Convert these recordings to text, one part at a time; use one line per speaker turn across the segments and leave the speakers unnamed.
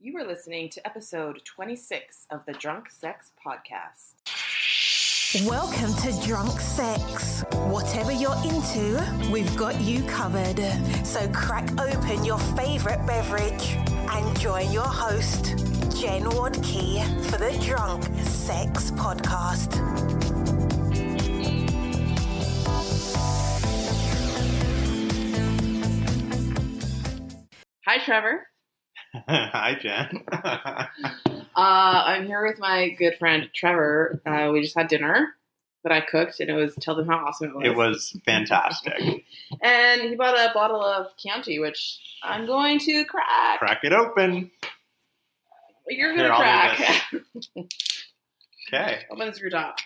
You are listening to episode 26 of the Drunk Sex Podcast.
Welcome to Drunk Sex. Whatever you're into, we've got you covered. So crack open your favorite beverage and join your host, Jen Wadkey, for the Drunk Sex Podcast.
Hi, Trevor.
Hi, Jen.
Uh, I'm here with my good friend Trevor. Uh, we just had dinner that I cooked, and it was tell them how awesome it was.
it was fantastic.
And he bought a bottle of Chianti, which I'm going to crack.
Crack it open.
You're going
Here,
to
I'll do
crack.
Okay.
Open the screw top.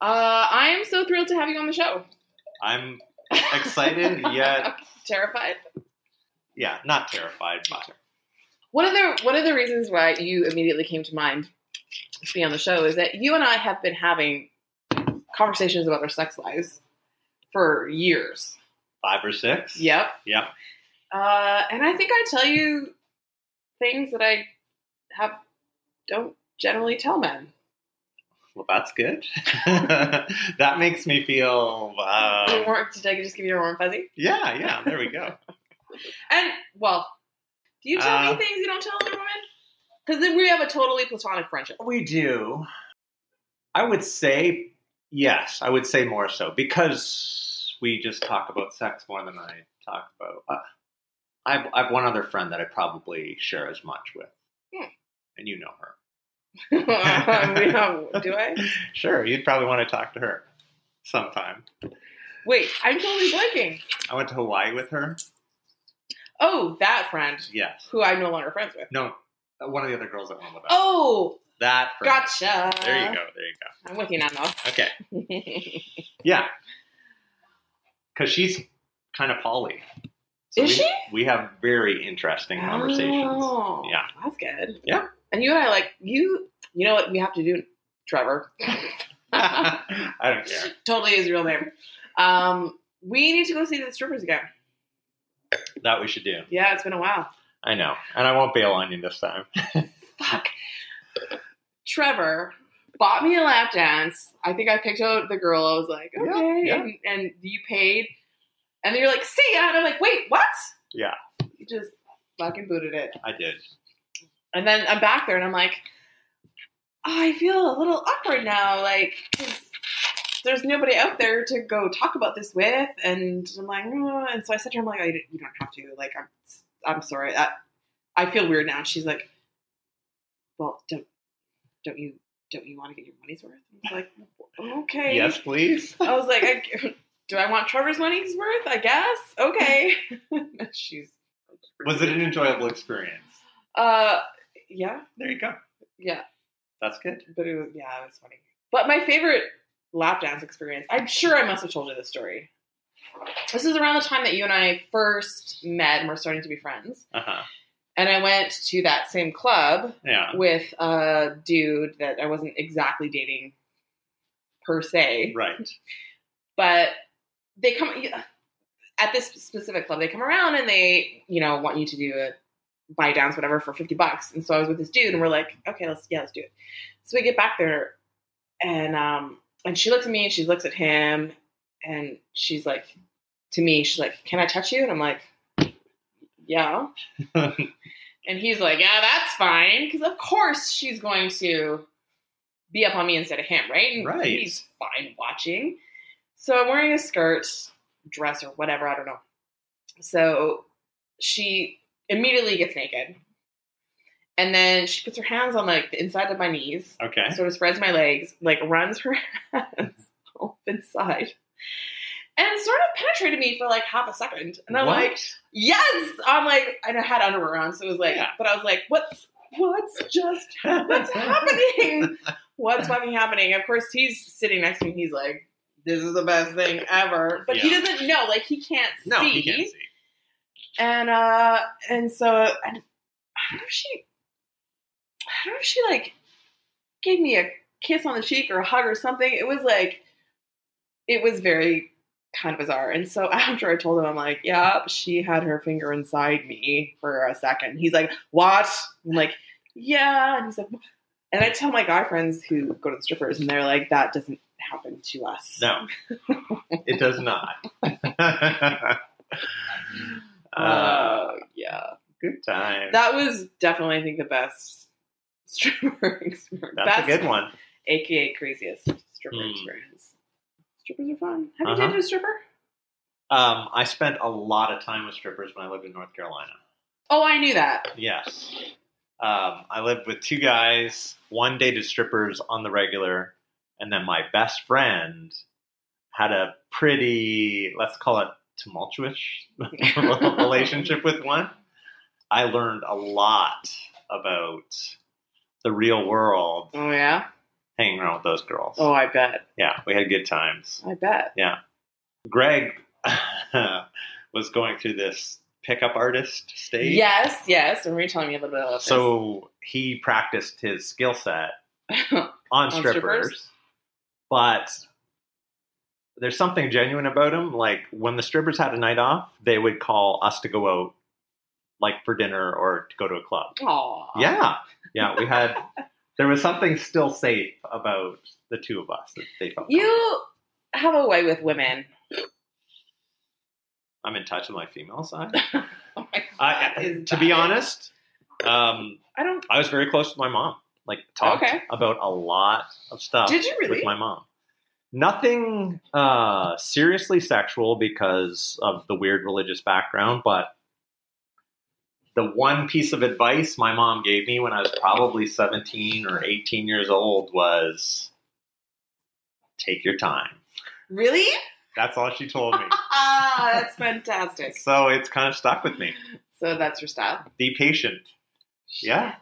Uh, I am so thrilled to have you on the show.
I'm excited yet,
Terrified.
yeah, not terrified, but
One of the one of the reasons why you immediately came to mind to be on the show is that you and I have been having conversations about our sex lives for years.
five or six.
Yep.
Yep.
Uh, and I think I tell you things that I have don't generally tell men.
Well, that's good. that makes me feel,
Um,
uh,
did I just give you a warm fuzzy?
yeah, yeah, there we go.
And well, do you tell
Uh,
me things you don't tell other women? Because then we have a totally platonic friendship.
We do. I would say yes. I would say more so because we just talk about sex more than I talk about. Uh, I've I've one other friend that I probably share as much with,
Hmm.
and you know her.
we don't, do I?
Sure, you'd probably want to talk to her sometime.
Wait, I'm totally blanking.
I went to Hawaii with her.
Oh, that friend
Yes.
who I'm no longer friends with.
No, uh, one of the other girls that went with us.
Oh,
that. Friend.
gotcha.
There you go. There you go.
I'm with you now, though.
Okay. Yeah. Because she's kind of poly. So
Is
we,
she?
We have very interesting conversations.
Oh,
Yeah.
that's good.
Yeah.
And you and I like you. You know what we have to do, Trevor?
I don't care.
totally his real name. Um, we need to go see the strippers again.
That we should do.
Yeah, it's been a while.
I know. And I won't bail on you this time.
Fuck. Trevor bought me a lap dance. I think I picked out the girl. I was like,
Yeah,
okay,
yeah.
And, and you paid. And then you're like, see ya. And I'm like, wait, what?
Yeah.
You just fucking booted it.
I did.
And then I'm back there and I'm like, oh, I feel a little awkward now. Like, 'cause there's nobody out there to go talk about this with. And I'm like, oh. and so I said to her, I'm like, oh, you don't- you don't have to. Like, I'm, I'm sorry. I, I feel weird now. And she's like, well, don't, don't you, don't you want to get your money's worth? I was like, okay.
Yes, please.
I was like, I, do I want Trevor's money's worth? I guess. Okay. And she's.
Was it an enjoyable experience?
Uh, yeah,
There you go.
yeah.
That's good.
But it was yeah, it was funny. But my favorite lap dance experience, I'm sure I must have told you this story. This is around the time that you and I first met and were starting to be friends.
Uh huh.
And I went to that same club
Yeah.
with a dude that I wasn't exactly dating per se,
Right.
but they come at this specific club, they come around and they, you know, want you to do a buy downs, whatever, for 50 bucks. And so I was with this dude and we're like, okay, let's, yeah, let's do it. So we get back there and, um, and she looks at me and she looks at him and she's like, to me, she's like, can I touch you? And I'm like, yeah. and he's like, yeah, that's fine. Cause of course she's going to be up on me instead of him. Right. And
Right.
He's fine watching. So I'm wearing a skirt dress or whatever. I don't know. So she immediately gets naked. And then she puts her hands on like the inside of my knees,
Okay.
sort of spreads my legs, like runs her hands up inside, and sort of penetrated me for like half a second. And I'm
What?
like, yes! I'm like, and I had underwear on, so it was like,
Yeah.
but I was like, what's what's just what's happening? What's fucking happening? Of course, he's sitting next to me. He's like, this is the best thing ever, but he
Yeah.
doesn't know. Like he can't
No,
see
he can't see.
and uh and so and I don't know if she I don't know if she like gave me a kiss on the cheek or a hug or something. It was like it was very kind of bizarre. And so after I told him, I'm like, "Yep, she had her finger inside me for a second. He's like, "What?" I'm like, "Yeah," and he's like, "What?" and I tell my guy friends who go to the strippers, and they're like, "That doesn't happen to us."
No, it does not. uh,
Uh, yeah.
good time.
That was definitely, I think, the best stripper experience.
That's a good one.
AKA craziest stripper
Hmm.
experience. Strippers are fun. Have you
Uh-huh.
dated a stripper?
Um, I spent a lot of time with strippers when I lived in North Carolina.
Oh, I knew that.
Yes. Um, I lived with two guys. One dated strippers on the regular, and then my best friend had a pretty, let's call it tumultuous relationship with one. I learned a lot about the real world
Oh yeah.
hanging around with those girls.
Oh, I bet.
Yeah, we had good times.
I bet.
Greg was going through this pickup artist stage.
Yes, yes. And were you telling me a little bit about this?
So he practiced his skill set on
strippers?
strippers, but there's something genuine about him. Like when the strippers had a night off, they would call us to go out, like for dinner or to go to a club.
Aw.
Yeah, yeah, we had. there was something still safe about the two of us that they felt.
You have a way with women.
I'm in touch with my female side.
Oh my
I,
God, is
to be
that-
honest, um,
I don't.
I was very close with my mom. Like talked
Okay.
about a lot of stuff.
Did you really?
with my mom? Nothing uh, seriously sexual because of the weird religious background, but the one piece of advice my mom gave me when I was probably seventeen or eighteen years old was take your time.
Really?
That's all she told me.
Ah, that's fantastic.
so it's kind of stuck with me.
So that's your style.
Be patient. Yeah.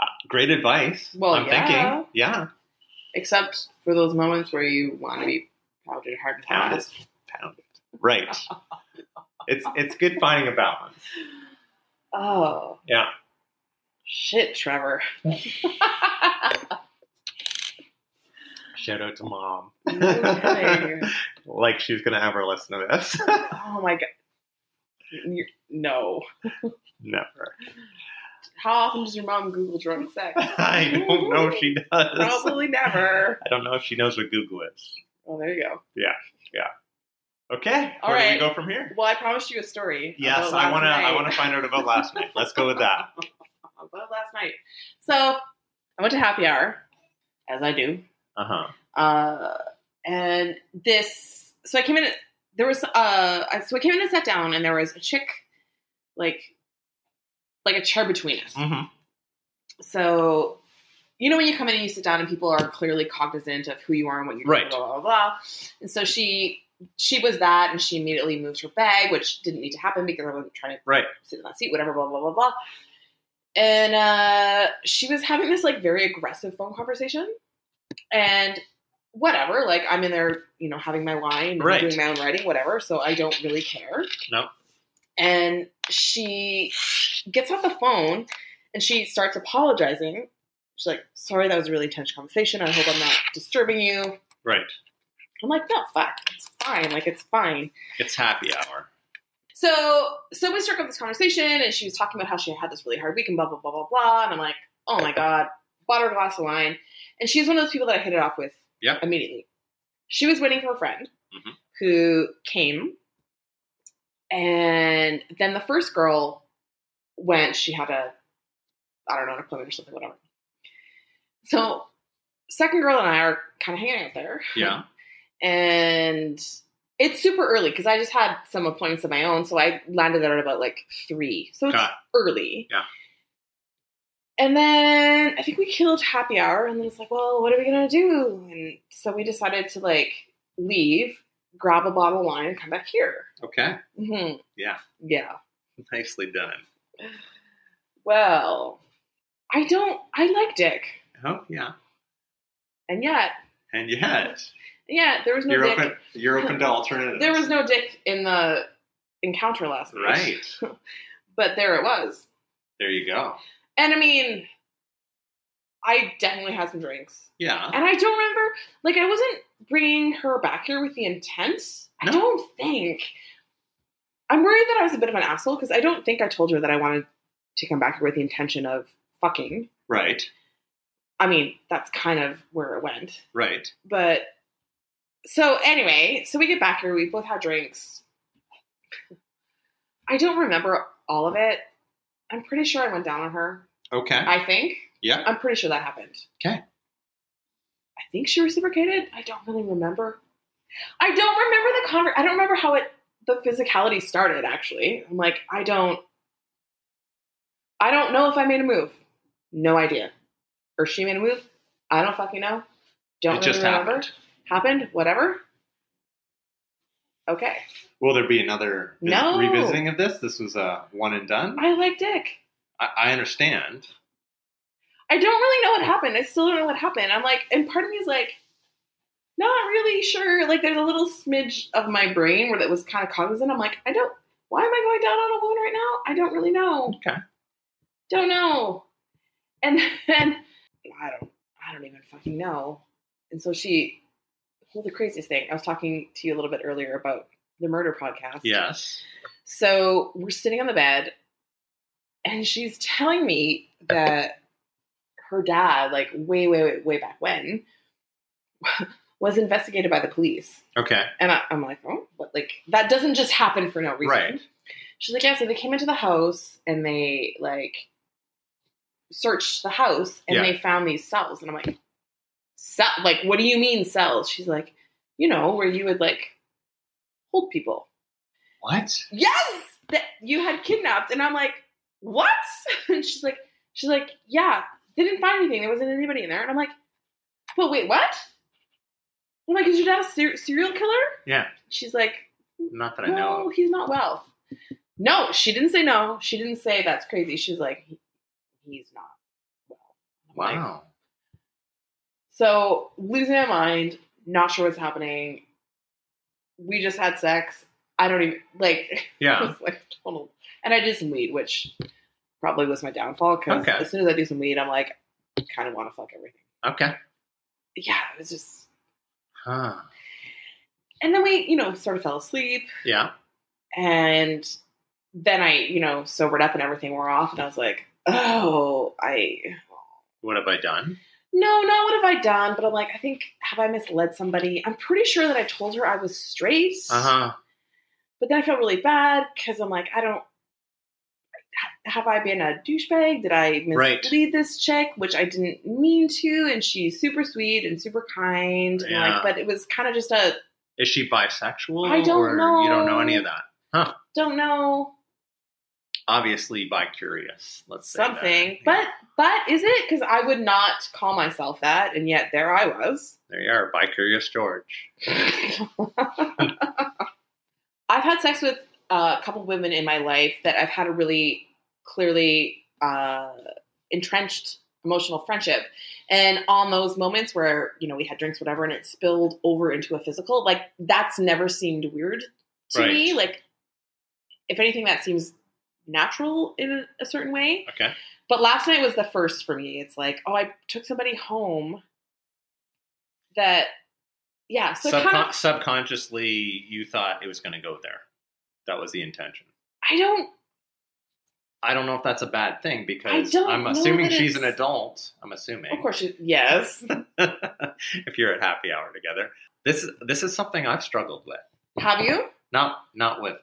Uh, great advice.
Well,
I'm
yeah.
thinking. Yeah.
Except for those moments where you want to be pounded hard and
Pounded.
fast.
Pounded. Right. it's it's good finding a balance.
Oh.
Yeah.
Shit, Trevor.
Shout out to mom.
No kidding.
like she's gonna ever listen to this.
oh my god. you no.
Never.
How often does your mom Google drunk sex?
I don't know if she does.
Probably never.
I don't know if she knows what Google is.
Oh, there you go.
Okay.
All
where do
right.
we go from here?
Well, I promised you a story.
Yes,
about
I
last
wanna I
night.
wanna find out about last night. Let's go with that.
About last night. So I went to happy hour, as I do,
Uh-huh.
uh, and this so i came in there was uh I- so i came in and sat down and there was a chick like like a chair between us
hmm
so you know when you come in and you sit down and people are clearly cognizant of who you are and what you do,
Right.
blah, blah blah blah and so she she was that and she immediately moved her bag which didn't need to happen because i wasn't trying to
Right.
sit in that seat whatever blah blah blah blah and uh she was having this like very aggressive phone conversation and whatever like i'm in there you know having my wine and
Right.
doing my own writing whatever so i don't really care
No.
and she gets off the phone and she starts apologizing she's like sorry that was a really intense conversation i hope i'm not disturbing you
Right.
i'm like no fuck it's fine like it's fine
It's happy hour.
so so we struck up this conversation and she was talking about how she had this really hard week and blah blah blah blah blah. And I'm like, oh my god, bought her a glass of wine. And she's one of those people that I hit it off with
Yep.
immediately. She was waiting for a friend
Mhm.
who came. And then the first girl went, she had a I don't know, an appointment or something, whatever. So second girl and I are kind of hanging out there
Yeah.
and it's super early because I just had some appointments of my own, so I landed there at about like three, so it's
Got it.
early.
Yeah.
And then I think we killed happy hour, and then it's like, well, what are we gonna do? And so we decided to like leave, grab a bottle of wine, and come back here.
Okay.
hmm
Yeah.
Yeah.
Nicely done.
Well, I don't. I like dick,
Oh yeah.
and yet,
And yet
yeah, there was no
you're
dick.
open you're open to alternatives.
There was no dick in the encounter last night,
Right.
But there it was.
There you go.
And I mean, I definitely had some drinks.
Yeah.
And I don't remember, like, I wasn't bringing her back here with the intent I don't think. I'm worried that I was a bit of an asshole because I don't think I told her that I wanted to come back here with the intention of fucking.
Right.
I mean, that's kind of where it went.
Right.
But so anyway, so we get back here. We both had drinks. I don't remember all of it. I'm pretty sure I went down on her.
Okay.
I think.
Yeah.
I'm pretty sure that happened.
Okay.
I think she reciprocated. I don't really remember. I don't remember the conver. I don't remember how it the physicality started. Actually, I'm like I don't. I don't know if I made a move. No idea. Or she made a move. I don't fucking know. Don't
it
really
just
remember.
happened.
Happened. Whatever. Okay.
Will there be another vis-
No.
revisiting of this? This was a one and done.
I like dick.
I, I understand.
I don't really know what happened. I still don't know what happened. I'm like, and part of me is like, not really sure. Like, there's a little smidge of my brain where that was kind of cognizant. I'm like, I don't. Why am I going down on a woman right now? I don't really know.
Okay.
Don't know. And then I don't. I don't even fucking know. And so she. Well, the craziest thing. I was talking to you a little bit earlier about the murder podcast.
Yes.
So we're sitting on the bed, and she's telling me that her dad, like way, way, way, way back when, was investigated by the police.
Okay.
And I, I'm like, oh, but like that doesn't just happen for no reason.
Right.
She's like, yeah. So they came into the house and they like searched the house and
Yeah.
they found these cells. And I'm like, cell? Like, what do you mean cells? She's like, you know, where you would like hold people.
What?
Yes, that you had kidnapped. And I'm like, what? And she's like, she's like, yeah, they didn't find anything. There wasn't anybody in there. And I'm like, but wait, what? I'm like, is your dad a ser- serial killer?
Yeah.
She's like,
Not that I know.
no,
of.
he's not well. No, she didn't say no. She didn't say that's crazy. She's like, "He- he's not. like-
Wow.
So losing my mind, not sure what's happening. We just had sex. I don't even like. I
Yeah.
was like total. And I did some weed, which probably was my downfall because
Okay.
as soon as I do some weed, I'm like, kind of want to fuck everything.
Okay.
Yeah, it was just.
Huh.
And then we, you know, sort of fell asleep,
Yeah.
and then I, you know, sobered up and everything wore off, and I was like, oh, I.
What have I done?
No, not what have I done? But I'm like, I think have I misled somebody? I'm pretty sure that I told her I was straight.
Uh huh.
But then I felt really bad because I'm like, I don't. Have I been a douchebag? Did I mislead
Right.
this chick, which I didn't mean to? And she's super sweet and super kind, and
Yeah.
like, but it was kind of just a
Is she bisexual?
I don't
or You
know.
don't know any of that.
don't know
Obviously, bi-curious. Let's say that.
something.
Yeah.
But but is it because I would not call myself that, and yet there I was.
there you are, bi-curious George.
I've had sex with uh, a couple women in my life that I've had a really clearly uh, entrenched emotional friendship. And on those moments where, you know, we had drinks, whatever, and it spilled over into a physical, like that's never seemed weird to
Right.
me. Like, if anything, that seems natural in a, a certain way.
Okay.
But last night was the first for me. It's like, oh, I took somebody home that, yeah, so it
Subcon-
kind of
subconsciously, you thought it was going to go there. That was the intention.
I don't.
I don't know if that's a bad thing because
don't
I'm
know
assuming
that
she's an
it's-
adult. I'm assuming.
Of course, she, yes.
if you're at happy hour together, this is this is something I've struggled with.
Have you?
Not not with.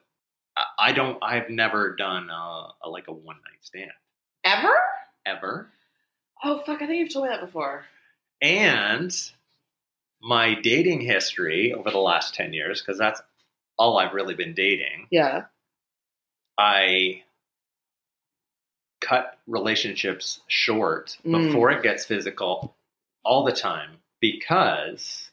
I, I don't. I've never done a, a like a one night stand
Ever?
ever.
Oh fuck! I think you've told me that before.
and my dating history over the last 10 years because that's all i've really been dating
Yeah.
i cut relationships short
Mm.
before it gets physical all the time because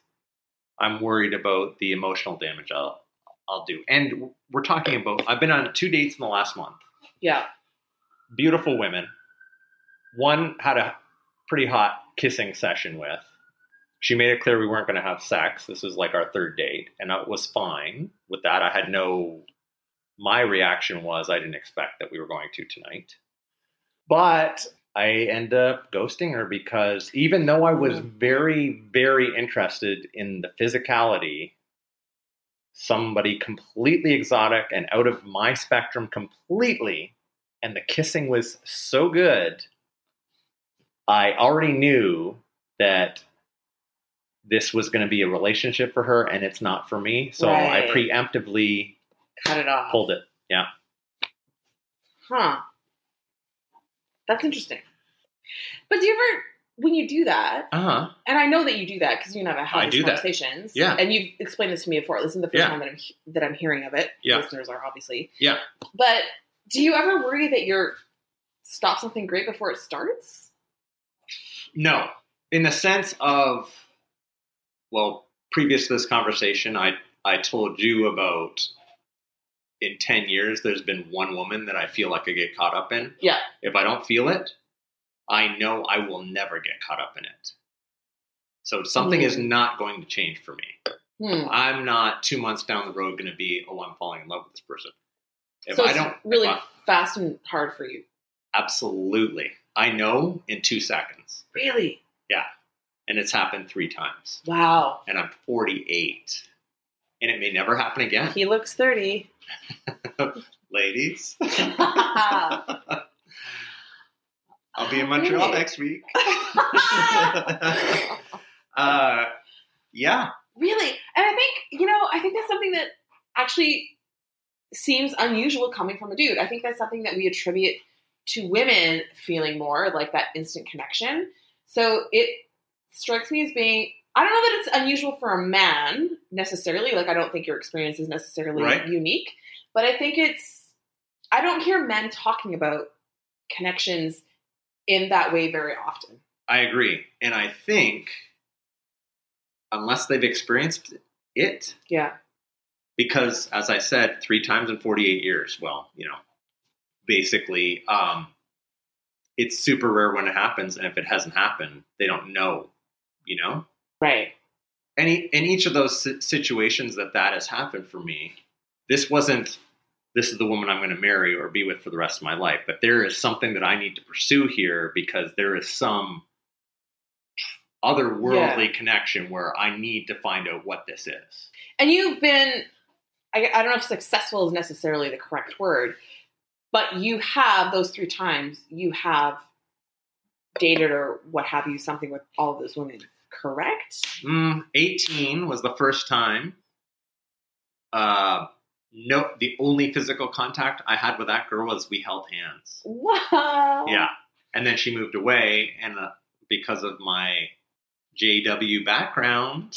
i'm worried about the emotional damage i'll i'll do and we're talking about i've been on two dates in the last month
Yeah.
beautiful women. One had a pretty hot kissing session with. She made it clear we weren't going to have sex. This was like our third date, and I was fine with that. I had no. My reaction was I didn't expect that we were going to tonight, but I end up ghosting her because even though I was very, very interested in the physicality, somebody completely exotic and out of my spectrum completely, and the kissing was so good, I already knew that this was going to be a relationship for her and it's not for me. So I
Right.
preemptively
Cut it off.
pulled it.
Huh. That's interesting. But do you ever, when you do that,
Uh huh.
and I know that you do that because you and I have
I
had these
do that.
conversations.
Yeah.
And you've explained this to me before. This isn't the first
Yeah.
time that I'm he- that I'm hearing of it.
Yeah.
Listeners are obviously.
Yeah.
But do you ever worry that you're stop something great before it starts?
No, in the sense of, well, previous to this conversation, I I told you about in ten years, there's been one woman that I feel like I get caught up in.
Yeah.
If I don't feel it, I know I will never get caught up in it. So something is not going to change for me.
Hmm.
I'm not two months down the road going to be, oh, I'm falling in love with this person. If
so
I
it's
don't,
really
if I-
fast and hard for you.
absolutely, I know in two seconds,
Really?
and it's happened three times.
Wow.
and I'm 48. And it may never happen again,
He looks thirty.
ladies.
I'll
I'll be in Montreal next week. uh, yeah,
Really? And I think, you know, I think that's something that actually seems unusual coming from a dude. I think that's something that we attribute to women feeling more like that instant connection. So it strikes me as being I don't know that it's unusual for a man necessarily. Like I don't think your experience is necessarily
Right.
unique, but I think it's I don't hear men talking about connections in that way very often.
I agree. And I think, unless they've experienced it,
Yeah.
because as I said, three times in 48 years, well, you know, basically, um, it's super rare when it happens. And if it hasn't happened, they don't know, you know?
Right.
any in each of those si- situations that that has happened for me this wasn't this is the woman i'm going to marry or be with for the rest of my life but there is something that i need to pursue here because there is some otherworldly connection where i need to find out what this is
and you've been I, I don't know if successful is necessarily the correct word but you have those three times you have dated or what have you something with all of those women correct
mm, 18 was the first time uh, no the only physical contact i had with that girl was we held hands
wow
Yeah. And then she moved away, and uh, because of my JW background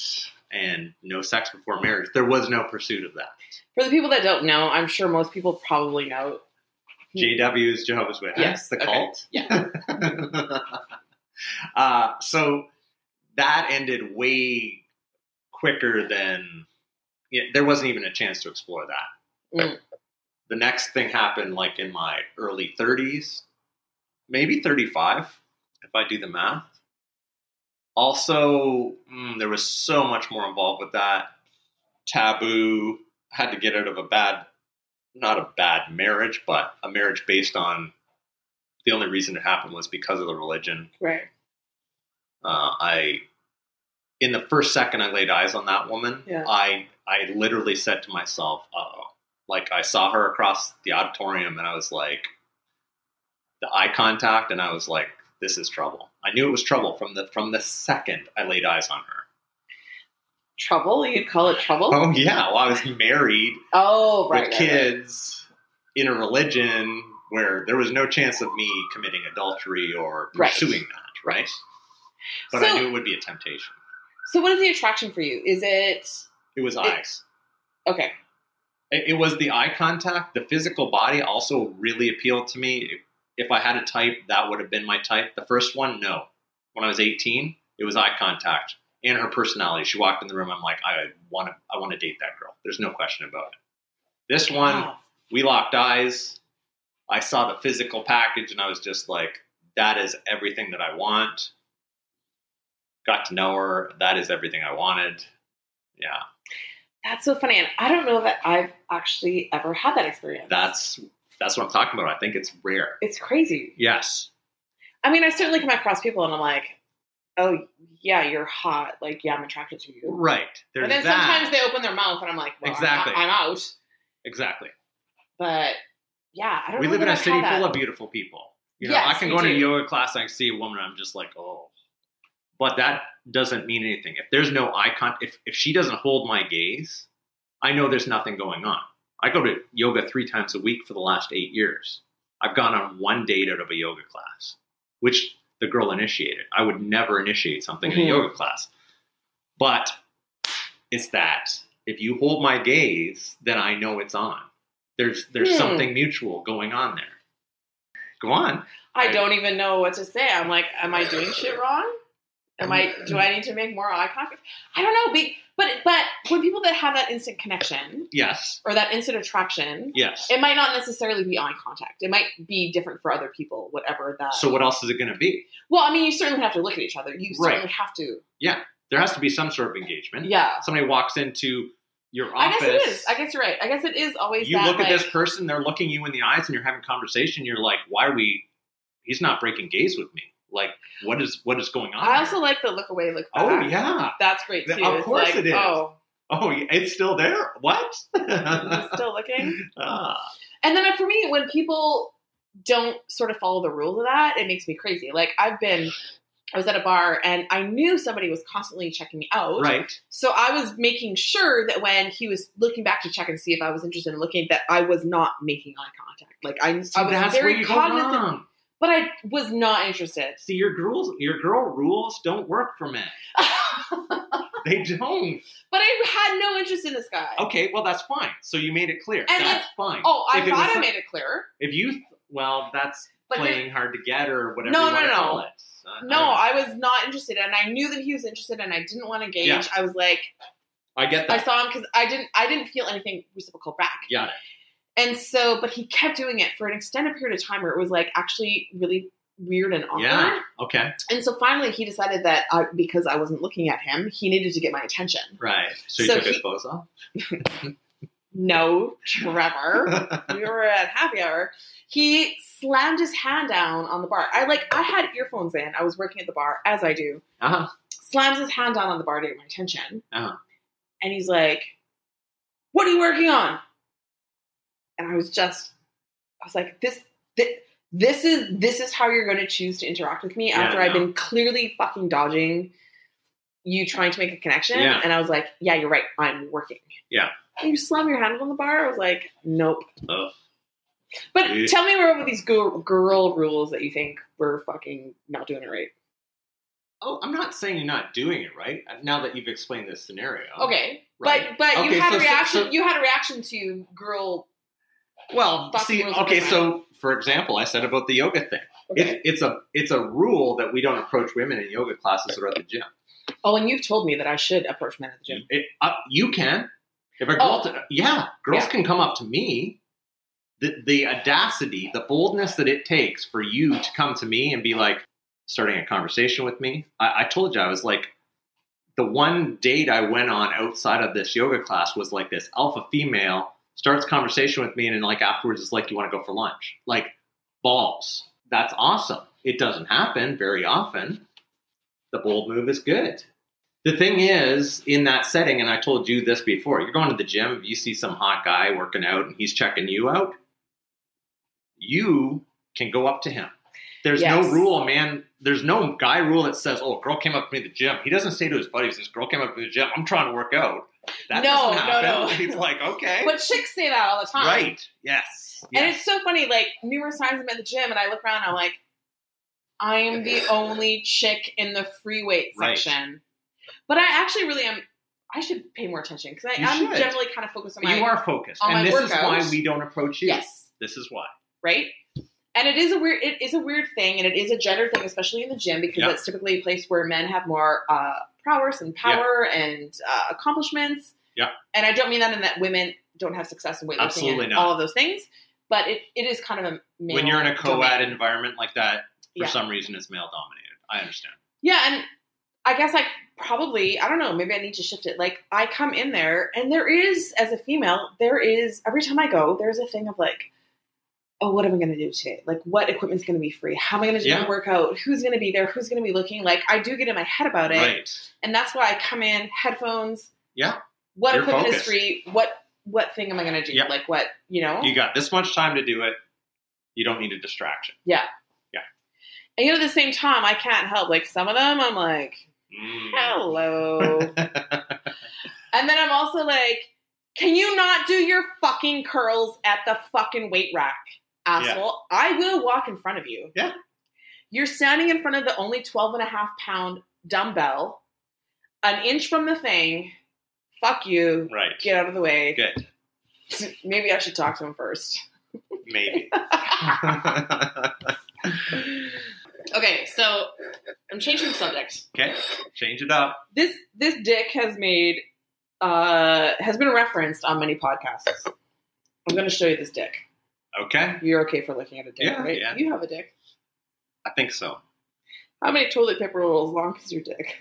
and no sex before marriage, there was no pursuit of that.
for the people that don't know i'm sure most people probably know
JW is Jehovah's Witness,
Yes,
the
okay.
cult.
Yeah.
uh, so that ended way quicker than yeah, there wasn't even a chance to explore that.
Mm.
The next thing happened like in my early 30s, maybe 35, if I do the math. Also, mm, there was so much more involved with that. Taboo had to get out of a bad not a bad marriage, but a marriage based on the only reason it happened was because of the religion.
right
Uh, I, in the first second I laid eyes on that woman,
Yeah.
I I literally said to myself, "Uh oh!" Like I saw her across the auditorium, and I was like, the eye contact, and I was like, "This is trouble." I knew it was trouble from the from the second I laid eyes on her.
trouble you'd call it trouble
Oh yeah, well I was married
oh right,
with
right, right.
kids in a religion where there was no chance of me committing adultery or
Right.
pursuing that, right? But I
So-
knew it would be a temptation.
so what is the attraction for you is it
It was eyes.
okay
It, it was the eye contact. The physical body also really appealed to me. If I had a type, that would have been my type. The first one, no. When I was 18, it was eye contact and her personality. She walked in the room. I'm like, I want to, I want to date that girl. There's no question about it. This one,
Wow.
we locked eyes. I saw the physical package and I was just like, that is everything that I want. Got to know her. That is everything I wanted. Yeah.
that's so funny and i don't know that i've actually ever had that experience
That's that's what I'm talking about. I think it's rare.
it's crazy
Yes.
I mean, I certainly come across people and I'm like, oh yeah, you're hot. Like yeah, I'm attracted to you.
Right. There's
and then
that.
sometimes they open their mouth, and I'm like, well,
Exactly.
I'm, I'm out.
exactly.
But yeah, I don't.
We
really
live in a
think I've
city
had
full
that.
of beautiful people. You know,
Yes,
I can
we
go into
do.
a yoga class and I see a woman and I'm just like, oh. But that doesn't mean anything. If there's no eye contact, if, if she doesn't hold my gaze, I know there's nothing going on. I go to yoga three times a week for the last eight years. I've gone on one date out of a yoga class, which the girl initiated. I would never initiate something in
Mhm.
a yoga class. But it's that if you hold my gaze, then I know it's on. There's there's
Hmm.
something mutual going on there. Go on.
I don't even know what to say. I'm like, am I doing shit wrong? Am I? Do I need to make more eye contact? I don't know. Be, but but for people that have that instant connection
Yes.
or that instant attraction,
Yes.
it might not necessarily be eye contact. It might be different for other people, whatever that.
So what else is it going to be?
well, I mean, you certainly have to look at each other. You
Right.
certainly have to.
There has to be some sort of engagement.
Yeah.
Somebody walks into your
I
office.
guess it is. I guess you're right. I guess it is always.
you
that,
look at
like-
this person, they're looking you in the eyes, and you're having conversation. You're like, why are we? He's not breaking gaze with me. Like, what is what is going on?
I
here?
also like the look away, look
Oh
back.
yeah.
That's great too.
Of
It's
course
like,
it is.
Oh,
Oh, yeah, it's still there. What?
I'm still looking.
Ah,
And then for me, when people don't sort of follow the rules of that, it makes me crazy. Like I've been, I was at a bar and I knew somebody was constantly checking me out.
right.
So I was making sure that when he was looking back to check and see if I was interested in looking, that I was not making eye contact. Like I,
See,
I was
that's
very
where you
cognizant,
go wrong.
but I was not interested.
See, your girls, your girl rules don't work for men. They don't.
But I had no interest in this guy.
Okay, well that's fine. So you made it clear.
then-
that's fine.
Oh, I
If it
thought
was
I
some-
made it clear.
If you, well, that's
But here-
playing hard to get or whatever.
No,
you want
no,
to
no.
Call it. Uh, I-
No,
I,
I was not interested, and I knew that he was interested, and I didn't want to engage.
Yeah.
I was like,
I get
I
that.
saw him because I didn't, I didn't feel anything reciprocal back,
Got it.
and so, but he kept doing it for an extended period of time where it was like actually really weird and awkward.
Yeah. Okay.
And so finally, he decided that I, because I wasn't looking at him, he needed to get my attention.
Right. So you
So
took his
he-
clothes off.
No, Trevor. we were at happy hour. He slammed his hand down on the bar. I like, I had earphones in. I was working at the bar, as I do.
Uh-huh.
slams his hand down on the bar to get my attention.
Uh-huh.
And he's like, What are you working on? And I was just, I was like, This, thi- this, is this is how you're going to choose to interact with me
Yeah,
after
I
I've been clearly fucking dodging you trying to make a connection.
Yeah.
And I was like, Yeah, you're right. I'm working.
Yeah.
And you slam your hand on the bar. I was like, Nope.
Ugh.
But
Yeah.
tell me where were these girl, girl rules that you think we're fucking not doing it right?
Oh, I'm not saying you're not doing it right. Uh, Now that you've explained this scenario.
Okay,
Right.
but but
Okay,
you had
so-
a
so-
reaction.
so-
you had a reaction to girl.
Well,
Fucking
see,
rules are
okay,
different.
so for example, I said about the yoga thing.
Okay.
It's, it's a it's a rule that we don't approach women in yoga classes or at the gym.
oh, and you've told me that I should approach men at the gym.
It- uh, you can. If a girl, yeah, girls
Yeah.
can come up to me. The the audacity, the boldness that it takes for you to come to me and be like starting a conversation with me. I, I told you I was like the one date I went on outside of this yoga class was like this alpha female starts conversation with me and then like afterwards is like you want to go for lunch like balls that's awesome it doesn't happen very often the bold move is good the thing is in that setting and i told you this before you're going to the gym if you see some hot guy working out and he's checking you out you can go up to him there's
Yes.
no rule man there's no guy rule that says oh a girl came up to me at the gym he doesn't say to his buddies this girl came up to me at the gym i'm trying to work out that
No,
doesn't
no,
happen.
no.
he's like okay
But chicks say that all the time,
Right. Yes.
And
Yes.
it's so funny. Like numerous times I'm at the gym and I look around, and I'm like, I am the only chick in the free weight
Right.
section. But I actually really am. I should pay more attention because
You
I'm
should.
generally kind of focused on
But
my
you are focused,
on my
and this is
workout.
why we don't approach you.
yes,
This is why.
right. And it is a weird, it is a weird thing, and it is a gender thing, especially in the gym, because
Yeah.
that's typically a place where men have more uh, prowess and power and uh, accomplishments.
Yeah.
And I don't mean that in that women don't have success in weightlifting
Absolutely
and
not.
all of those things, but it, it is kind of a male
when you're in a co-ed
domain.
environment like that, for
Yeah.
some reason, it's male dominated. I understand.
Yeah, and I guess I probably I don't know, maybe I need to shift it. Like I come in there and there is as a female, there is every time I go, there's a thing of like oh, what am I going to do today? Like, what equipment's going to be free? How am I going to do
Yeah.
my workout? Who's going to be there? Who's going to be looking? Like, I do get in my head about it,
Right.
and that's why I come in headphones.
Yeah.
What
You're
equipment
focused.
is free? What what thing am I going to do?
Yeah.
Like, what you know?
You got this much time to do it. You don't need a distraction.
and you know, at the same time, I can't help. Like, some of them, I'm like,
Mm.
hello, and then I'm also like, can you not do your fucking curls at the fucking weight rack, asshole? I will walk in front of you.
Yeah.
You're standing in front of the only 12 and a half pound dumbbell, an inch from the thing. Fuck you.
right.
Get out of the way.
Good.
Maybe I should talk to him first.
Maybe.
Okay, so I'm changing the subject.
okay. Change it up.
This this dick has made uh has been referenced on many podcasts. I'm gonna show you this dick.
Okay.
You're okay for looking at a dick,
Yeah,
right?
yeah.
You have a dick.
I think so.
How many toilet paper rolls long is your dick?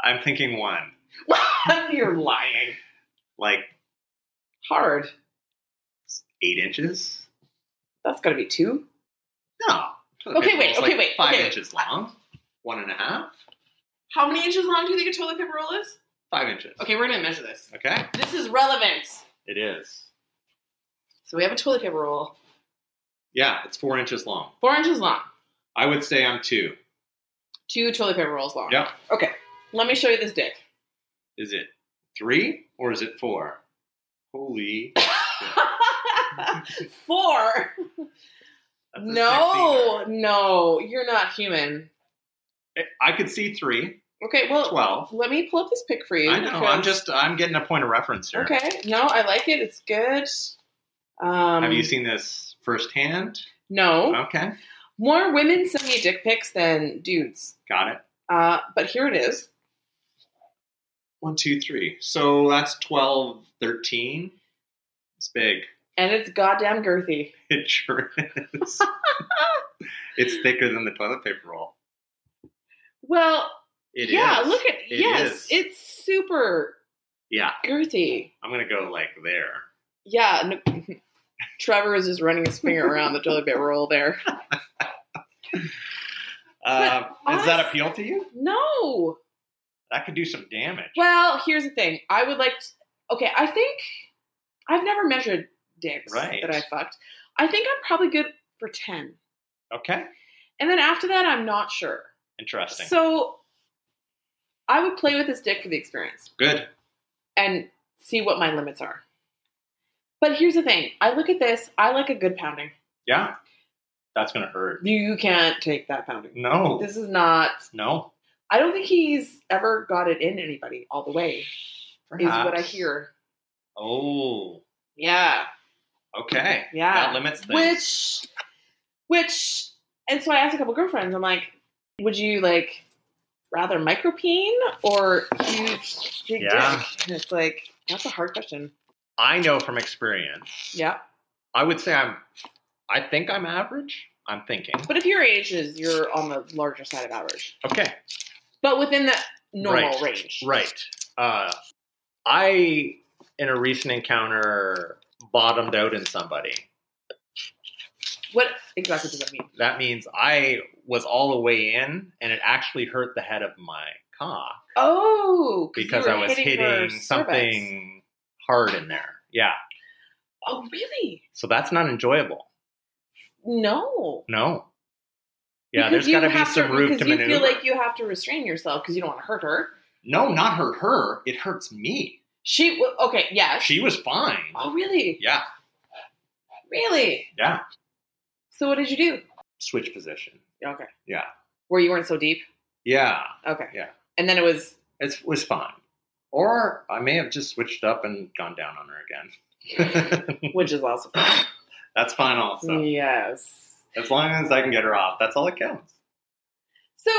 I'm thinking one.
You're lying.
Like
Hard.
eight inches?
That's gotta be two.
No.
Okay, wait,
It's
okay, wait,
Five
okay.
inches long. One and a half.
How many inches long do you think a toilet paper roll is?
Five inches.
Okay, we're gonna measure this.
Okay.
This is relevant.
It is.
So we have a toilet paper roll,
Yeah, it's four inches long.
four inches long,
I would say I'm two.
two toilet paper rolls long.
Yeah.
Okay, let me show you this dick.
Is it three or is it four? Holy.
Four.
that's a
No, no, you're not human.
sexy- I could see three.
Okay, well,
Twelve.
let me pull up this pic for you.
I know. I'm
because-
just. I'm getting a point of reference here.
Okay. No, I like it. It's good. Um, Oh.
Have you seen Oh. this firsthand?
No.
Okay.
More women send me dick pics than dudes.
Got it.
Uh, but here it is.
One, two, three. So that's 12, 13. It's big.
And it's goddamn girthy.
It sure is. it's thicker than the toilet paper roll.
Well,
It is.
yeah, look at
It
yes,
is.
it's super
Yeah,
girthy.
I'm gonna go like there.
Yeah, n- Trevor is just running his finger around the toilet paper roll there.
Uh, does that
honest-
appeal to you?
No.
That could do some damage.
Well, here's the thing. I would like. To, okay, I think I've never measured dicks
Right.
that I fucked. I think I'm probably good for ten,
Okay,
and then after that, I'm not sure.
interesting.
So, I would play with this dick for the experience
Good.
and see what my limits are. But here's the thing. I look at this. I like a good pounding.
Yeah, that's gonna hurt.
You can't take that pounding.
No,
This is not.
no.
I don't think he's ever got it in anybody all the way. Is what I
Perhaps.
hear.
Oh,
Yeah.
okay.
Yeah.
that limits things.
which which and so i asked a couple girlfriends i'm like would you like rather micropene or huge big
Yeah.
dick and it's like that's a hard question
I know from experience.
yeah
I would say I'm. I think I'm average. I'm thinking.
but if your age is you're on the larger side of average
Okay,
but within the normal
Right.
range
right. Uh, I in a recent encounter bottomed out in somebody.
what exactly does that mean
That means I was all the way in, and it actually hurt the head of my cock
oh you
because
were
I was hitting,
her cervix.
something hard in there. Yeah,
oh really
so that's not enjoyable.
no
No. Yeah,
Because
there's got to
you
be
have
some room
because
to
you
maneuver.
feel like you have to restrain yourself because you don't want to hurt her
no, not hurt her. It hurts me.
she w- okay yes
She was fine.
oh really
Yeah,
Really?
yeah.
So what did you do?
Switch position.
Okay.
Yeah.
Where you weren't so deep?
Yeah,
Okay.
Yeah.
And then it was
it was fine. Or I may have just switched up and gone down on her again.
which is also
that's fine also.
Yes.
As long as I can get her off, that's all that counts.
So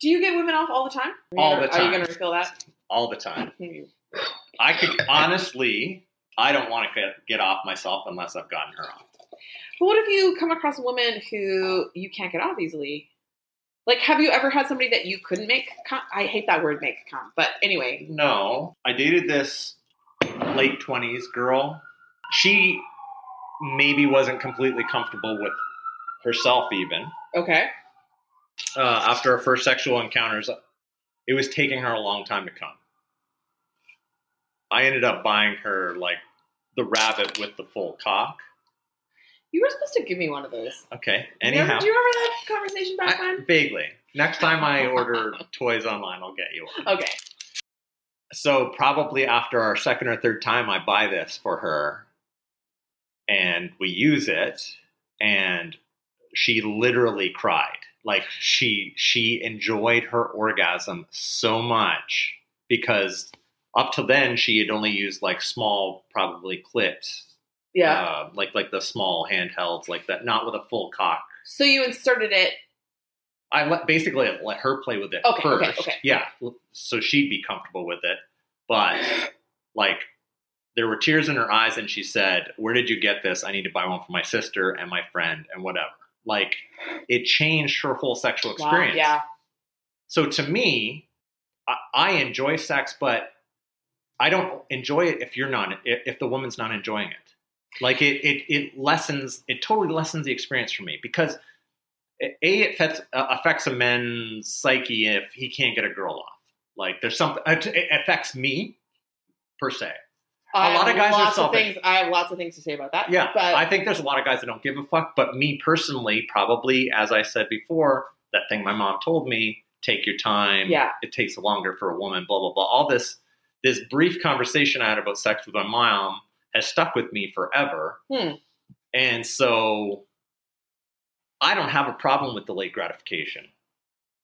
do you get women off all the time? Are you
All
gonna-
the
Are you
time.
gonna refill that?
All the time. I could honestly, I don't want to get, get off myself unless I've gotten her off.
But what if you come across a woman who you can't get off easily? Like, have you ever had somebody that you couldn't make come? I hate that word make come, but anyway.
No, I dated this late 20s girl. She maybe wasn't completely comfortable with herself even
Okay.
uh, after her first sexual encounters, it was taking her a long time to come. I ended up buying her like the rabbit with the full cock.
You were supposed to give me one of those.
Okay.
Remember-
Anyhow,
do you remember that conversation back
I-
then?
vaguely. Next time I order toys online, I'll get you one.
Okay.
So probably after our second or third time, I buy this for her, and we use it, and she literally cried. Like she she enjoyed her orgasm so much because up to then she had only used like small, probably clips,
Yeah.
uh, like like the small handhelds like that, not with a full cock.
so you inserted it.
I let, basically let her play with it
Okay,
first.
okay, okay.
Yeah, so she'd be comfortable with it. But like, there were tears in her eyes, and she said, "Where did you get this? I need to buy one for my sister and my friend and whatever." Like, it changed her whole sexual
Wow,
experience.
yeah.
So to me, I, I enjoy sex, but I don't enjoy it if you're not if, if the woman's not enjoying it. Like it, it it lessens it totally lessens the experience for me because a it affects, uh, affects a man's psyche if he can't get a girl off. Like there's something it it affects me per se.
I
lot of
have
guys are
lots of
selfish.
things. I have lots of things to say about that.
Yeah,
But
I think there's a lot of guys that don't give a fuck. But me personally, probably as I said before, that thing my mom told me: take your time.
Yeah.
it takes longer for a woman. Blah blah blah. All this this brief conversation I had about sex with my mom has stuck with me forever.
Hmm.
And so, I don't have a problem with delayed gratification.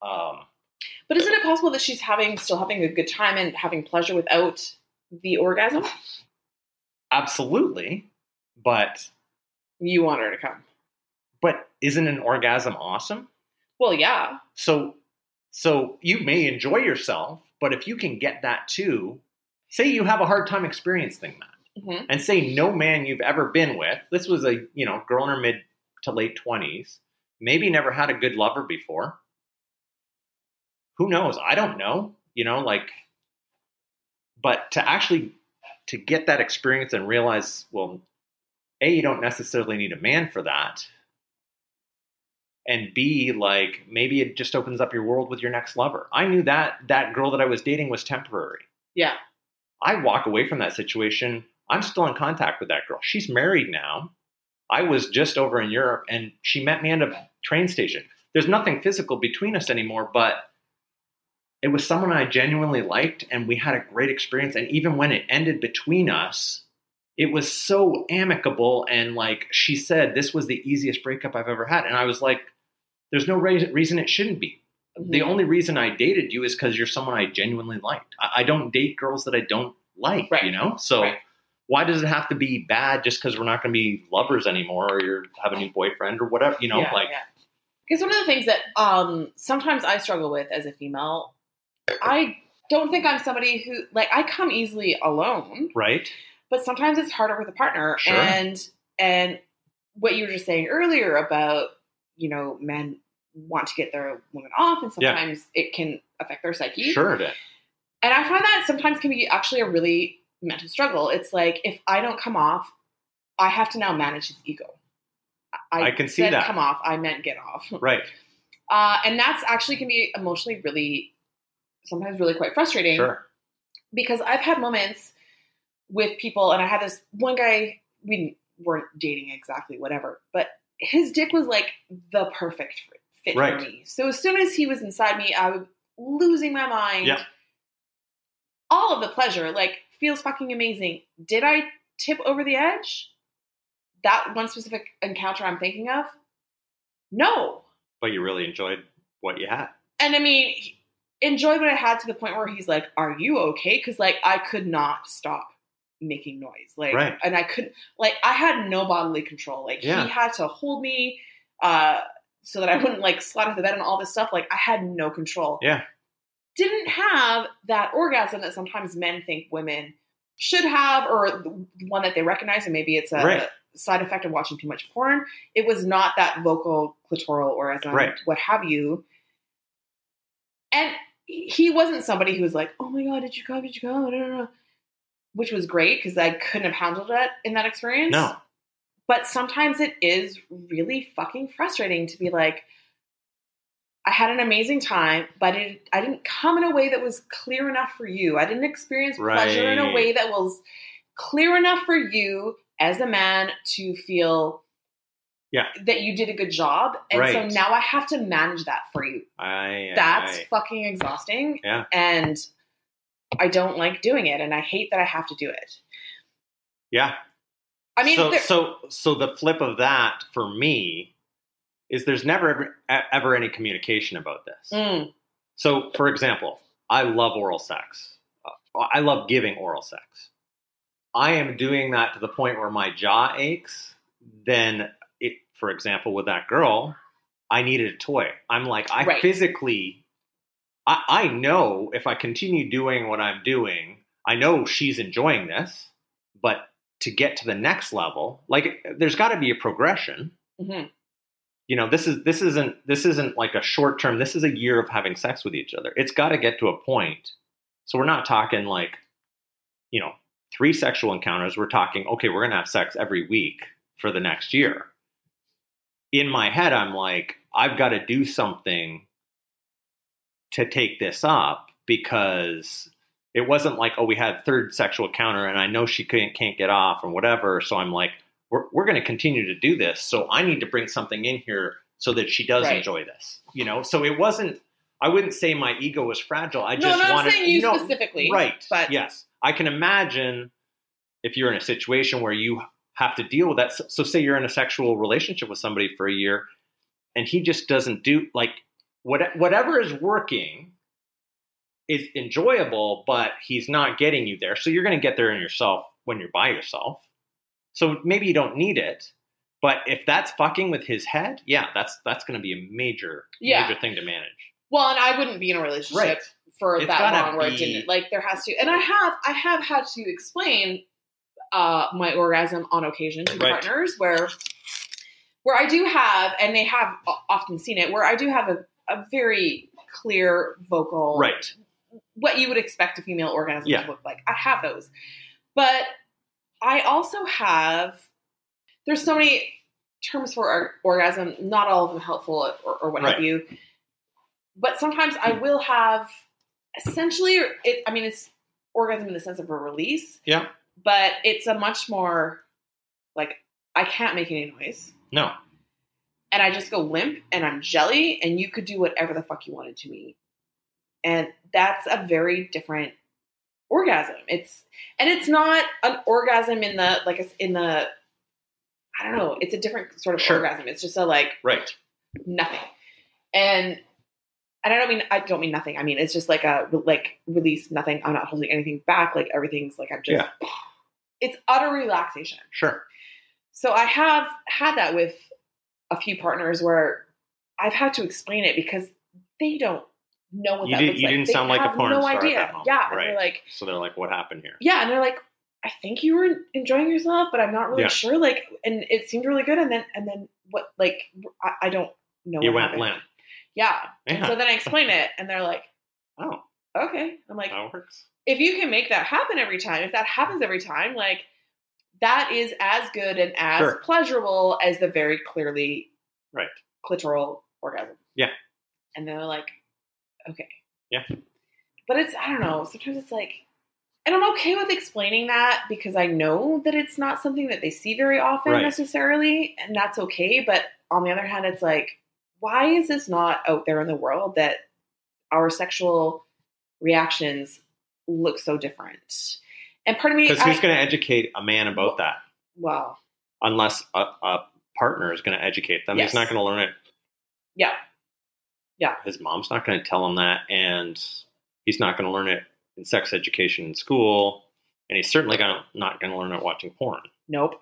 Um,
but isn't it possible that she's having still having a good time and having pleasure without the orgasm?
absolutely, but
You want her to come.
but isn't an orgasm awesome?
Well, yeah.
So so you may enjoy yourself, but if you can get that too, say you have a hard time experiencing that.
hmm
And say no man you've ever been with, this was a, you know, girl in her mid to late 20s, maybe never had a good lover before. Who knows? I don't know, you know, like but to actually to get that experience and realize, well, A, you don't necessarily need a man for that and B, like maybe it just opens up your world with your next lover. I knew that that girl that I was dating was temporary.
Yeah.
I walk away from that situation. I'm still in contact with that girl. She's married now. I was just over in Europe and she met me at a train station. There's nothing physical between us anymore, but it was someone I genuinely liked and we had a great experience. And even when it ended between us, it was so amicable. And like she said, this was the easiest breakup I've ever had. And I was like, there's no rea- reason it shouldn't be.
Mm,
The only reason I dated you is because you're someone I genuinely liked. I, I don't date girls that I don't like,
Right.
you know? So
Right.
why does it have to be bad just because we're not going to be lovers anymore or you have a new boyfriend or whatever, you know?
yeah,
like,
Because one of the things that um, sometimes I struggle with as a female, I don't think I'm somebody who like I come easily alone,
right?
but sometimes it's harder with a partner.
Sure.
And and what you were just saying earlier about you know men want to get their woman off, and
Yeah.
sometimes it can affect their psyche.
Sure it is.
And I find that sometimes can be actually a really mental struggle. It's like if I don't come off, I have to now manage his ego.
I can see
said
that.
Come off. I meant get off.
Right.
Uh, and that's actually can be emotionally really, sometimes really quite frustrating
Sure.
because I've had moments with people, and I had this one guy, we weren't dating exactly, whatever, but his dick was like the perfect fit
Right.
for me. So as soon as he was inside me, I was losing my mind.
Yeah.
All of the pleasure, like, feels fucking amazing. Did I tip over the edge? That one specific encounter I'm thinking of? No.
But you really enjoyed what you had.
And I mean, he enjoyed what I had to the point where he's like, "Are you okay?" Because like I could not stop making noise, like,
Right.
and I couldn't, like, I had no bodily control. Like
Yeah.
he had to hold me, uh, so that I wouldn't like slide off the bed and all this stuff. Like I had no control.
Yeah.
Didn't have that orgasm that sometimes men think women should have, or the one that they recognize, and maybe it's a
Right.
side effect of watching too much porn. It was not that vocal clitoral orgasm,
Right.
what have you. And he wasn't somebody who was like, "Oh my god, did you come? Did you come?" Which was great because I couldn't have handled it in that experience.
No.
But sometimes it is really fucking frustrating to be like, I had an amazing time, but it, I didn't come in a way that was clear enough for you. I didn't experience pleasure in a
Right.
way that was clear enough for you as a man to feel
Yeah.
that you did a good job. And so
Right.
now I have to manage that for you.
I,
That's
I-
fucking exhausting.
Yeah.
And I don't like doing it, and I hate that I have to do it.
yeah.
I mean,
so
there-
so so the flip of that for me is there's never ever, e- ever any communication about this.
Mm,
So, for example, I love oral sex. Uh, I love giving oral sex. I am doing that to the point where my jaw aches. Then, it, for example, with that girl, I needed a toy. I'm like, I
Right.
physically, I, I know if I continue doing what I'm doing, I know she's enjoying this, but to get to the next level, like there's got to be a progression
mhm.
you know this is this isn't this isn't like a short term this is a year of having sex with each other it's got to get to a point so we're not talking like you know three sexual encounters we're talking okay we're going to have sex every week for the next year in my head i'm like i've got to do something to take this up because it wasn't like oh we had third sexual encounter and i know she couldn't can't get off and whatever so i'm like we're, we're going to continue to do this. So I need to bring something in here so that she does
Right.
enjoy this. You know, so it wasn't. I wouldn't say my ego was fragile. I
No,
just
no, I'm
wanted
saying you
no,
specifically.
right.
but-
yes, I can imagine if you're in a situation where you have to deal with that. So, so say you're in a sexual relationship with somebody for a year, and he just doesn't do like what whatever is working is enjoyable, but he's not getting you there. So you're going to get there in yourself when you're by yourself. So maybe you don't need it, but if that's fucking with his head, yeah, that's that's going to be a major
Yeah.
major thing to manage.
Well, and I wouldn't be in a relationship
Right.
for
It's
that
gotta
long where it
be-
didn't. Like, there has to, and I have, I have had to explain uh, my orgasm on occasion to
Right.
partners where, where I do have, and they have o- often seen it, where I do have a, a very clear vocal,
Right.
what you would expect a female orgasm
Yeah.
to look like. I have those. But I also have, there's so many terms for or- orgasm, not all of them helpful or, or what have
Right.
you. But sometimes I will have essentially, it, I mean, it's orgasm in the sense of a release.
Yeah.
But it's a much more like, I can't make any noise.
No.
And I just go limp and I'm jelly, and you could do whatever the fuck you wanted to me. And that's a very different orgasm. It's and it's not an orgasm in the like it's in the I don't know. It's a different sort of
Sure.
orgasm. It's just a like
Right.
nothing, and and I don't mean I don't mean nothing. I mean it's just like a like release nothing. I'm not holding anything back. Like everything's like I'm just. It's utter relaxation.
Sure.
So I have had that with a few partners where I've had to explain it because they don't know what
You
that
did-
looks
you
like.
didn't
They
sound like a
have
porn
no
star at
idea.
that moment,
yeah, and they're
right.
like,
So they're like, what happened here?
yeah, and they're like, I think you were enjoying yourself, but I'm not really
Yeah.
sure. Like, and it seemed really good, and then and then what? Like, I, I don't know.
You
what
went
happened.
limp.
Yeah.
Yeah.
So then I explain it, and they're like,
oh,
okay. I'm like,
that works.
if you can make that happen every time, if that happens every time, like that is as good and as
Sure.
pleasurable as the very clearly
Right.
clitoral orgasm.
Yeah.
And they're like, okay.
Yeah.
But it's I don't know, sometimes it's like and I'm okay with explaining that because I know that it's not something that they see very often
Right.
necessarily, and that's okay. But on the other hand, it's like, why is this not out there in the world that our sexual reactions look so different? And part of me,
Because who's
I-
going to educate a man about that?
wow,
Unless a, a partner is going to educate them,
Yes.
he's not going to learn it.
Yeah. Yeah.
His mom's not going to tell him that, and he's not going to learn it in sex education in school, and he's certainly gonna, not going to learn it watching porn.
nope,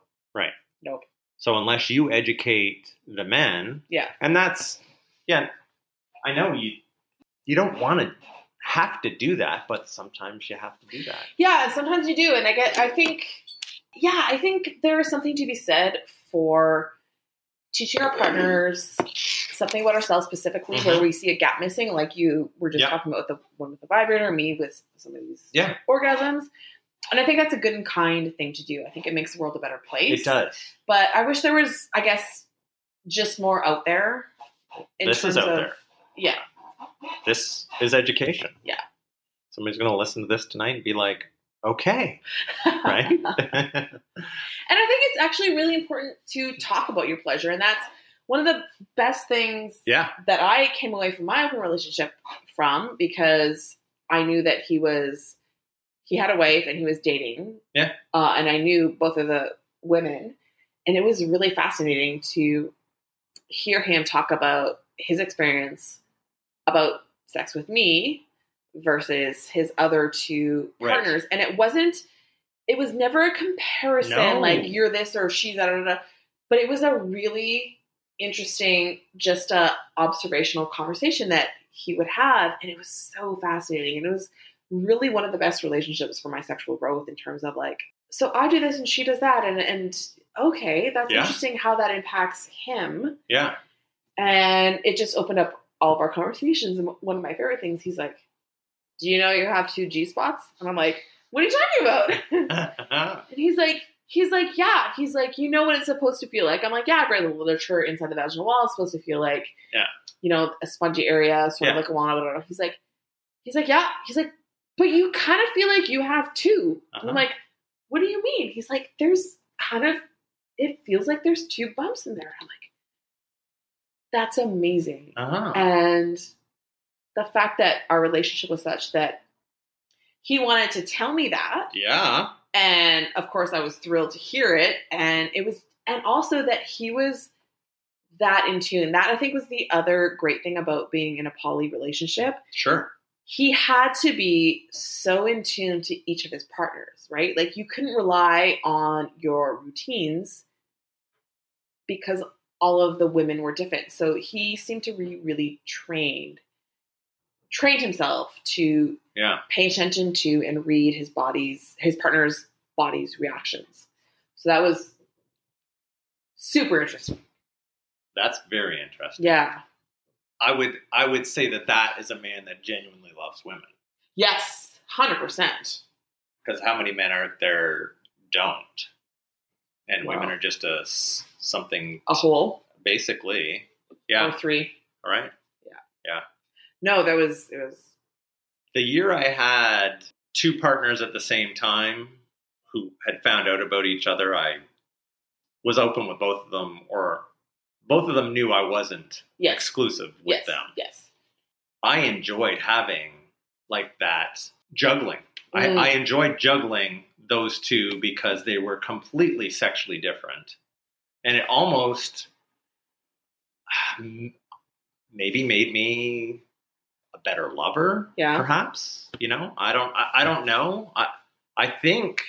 So unless you educate the men,
Yeah.
and that's yeah, I know you you don't want to have to do that, but sometimes you have to do that.
yeah. And sometimes you do, and I get, I think, yeah, I think there is something to be said for teaching our partners something about ourselves specifically where
Mhm.
we see a gap missing, like you were just
Yeah.
talking about with the one with the vibrator, me with some of these
Yeah.
orgasms. And I think that's a good and kind thing to do. I think it makes the world a better place.
It does.
But I wish there was, I guess, just more out there. in
this
terms
is out
of-
there.
Yeah.
This is education.
Yeah.
Somebody's going to listen to this tonight and be like, okay, right?
And I think it's actually really important to talk about your pleasure. And that's one of the best things
yeah.
that I came away from my open relationship from because I knew that he was, he had a wife and he was dating.
Yeah.
Uh, and I knew both of the women. And it was really fascinating to hear him talk about his experience about sex with me versus his other two
Right.
partners. And it wasn't, it was never a comparison
No.
like you're this or she's that, da, da, da. but it was a really interesting, just a observational conversation that he would have. And it was so fascinating. And it was really one of the best relationships for my sexual growth in terms of like, so I do this and she does that. And, and okay, that's
Yeah.
interesting how that impacts him
Yeah.
and it just opened up all of our conversations. And one of my favorite things, he's like, "Do you know you have two G spots?" And I'm like, "What are you talking about?" and he's like, "He's like, yeah." He's like, "You know what it's supposed to feel like?" I'm like, "Yeah, I've read the literature inside the vaginal wall. It's supposed to feel like,
Yeah.
you know, a spongy area, sort of
Yeah.
like a walnut." Blah, blah, blah. He's like, "He's like, yeah." He's like, "But you kind of feel like you have 2 And I'm
Uh-huh.
like, "What do you mean?" He's like, "There's kind of, it feels like there's two bumps in there." I'm like, "That's amazing."
uh-huh.
and the fact that our relationship was such that he wanted to tell me that
Yeah.
and of course i was thrilled to hear it and it was and also that he was that in tune that i think was the other great thing about being in a poly relationship
Sure.
he had to be so in tune to each of his partners right like you couldn't rely on your routines because all of the women were different. So he seemed to be really trained, trained himself to
Yeah.
pay attention to and read his body's, his partner's body's reactions. So that was super interesting.
That's very interesting.
Yeah.
I would I would say that that is a man that genuinely loves women
Yes. Hundred percent.
because how many men out there don't, and women
Wow.
are just a s- something
A whole
basically.
or
Yeah.
three.
All right.
No, that was it was
the year I had two partners at the same time who had found out about each other, I was open with both of them, or both of them knew I wasn't
yes,
exclusive with
yes,
them.
yes.
I enjoyed having like that juggling.
Mm.
I, I enjoyed juggling those two because they were completely sexually different. And it almost ah, m- maybe made me a better lover,
Yeah.
perhaps. You know, I don't I, I don't know. I I think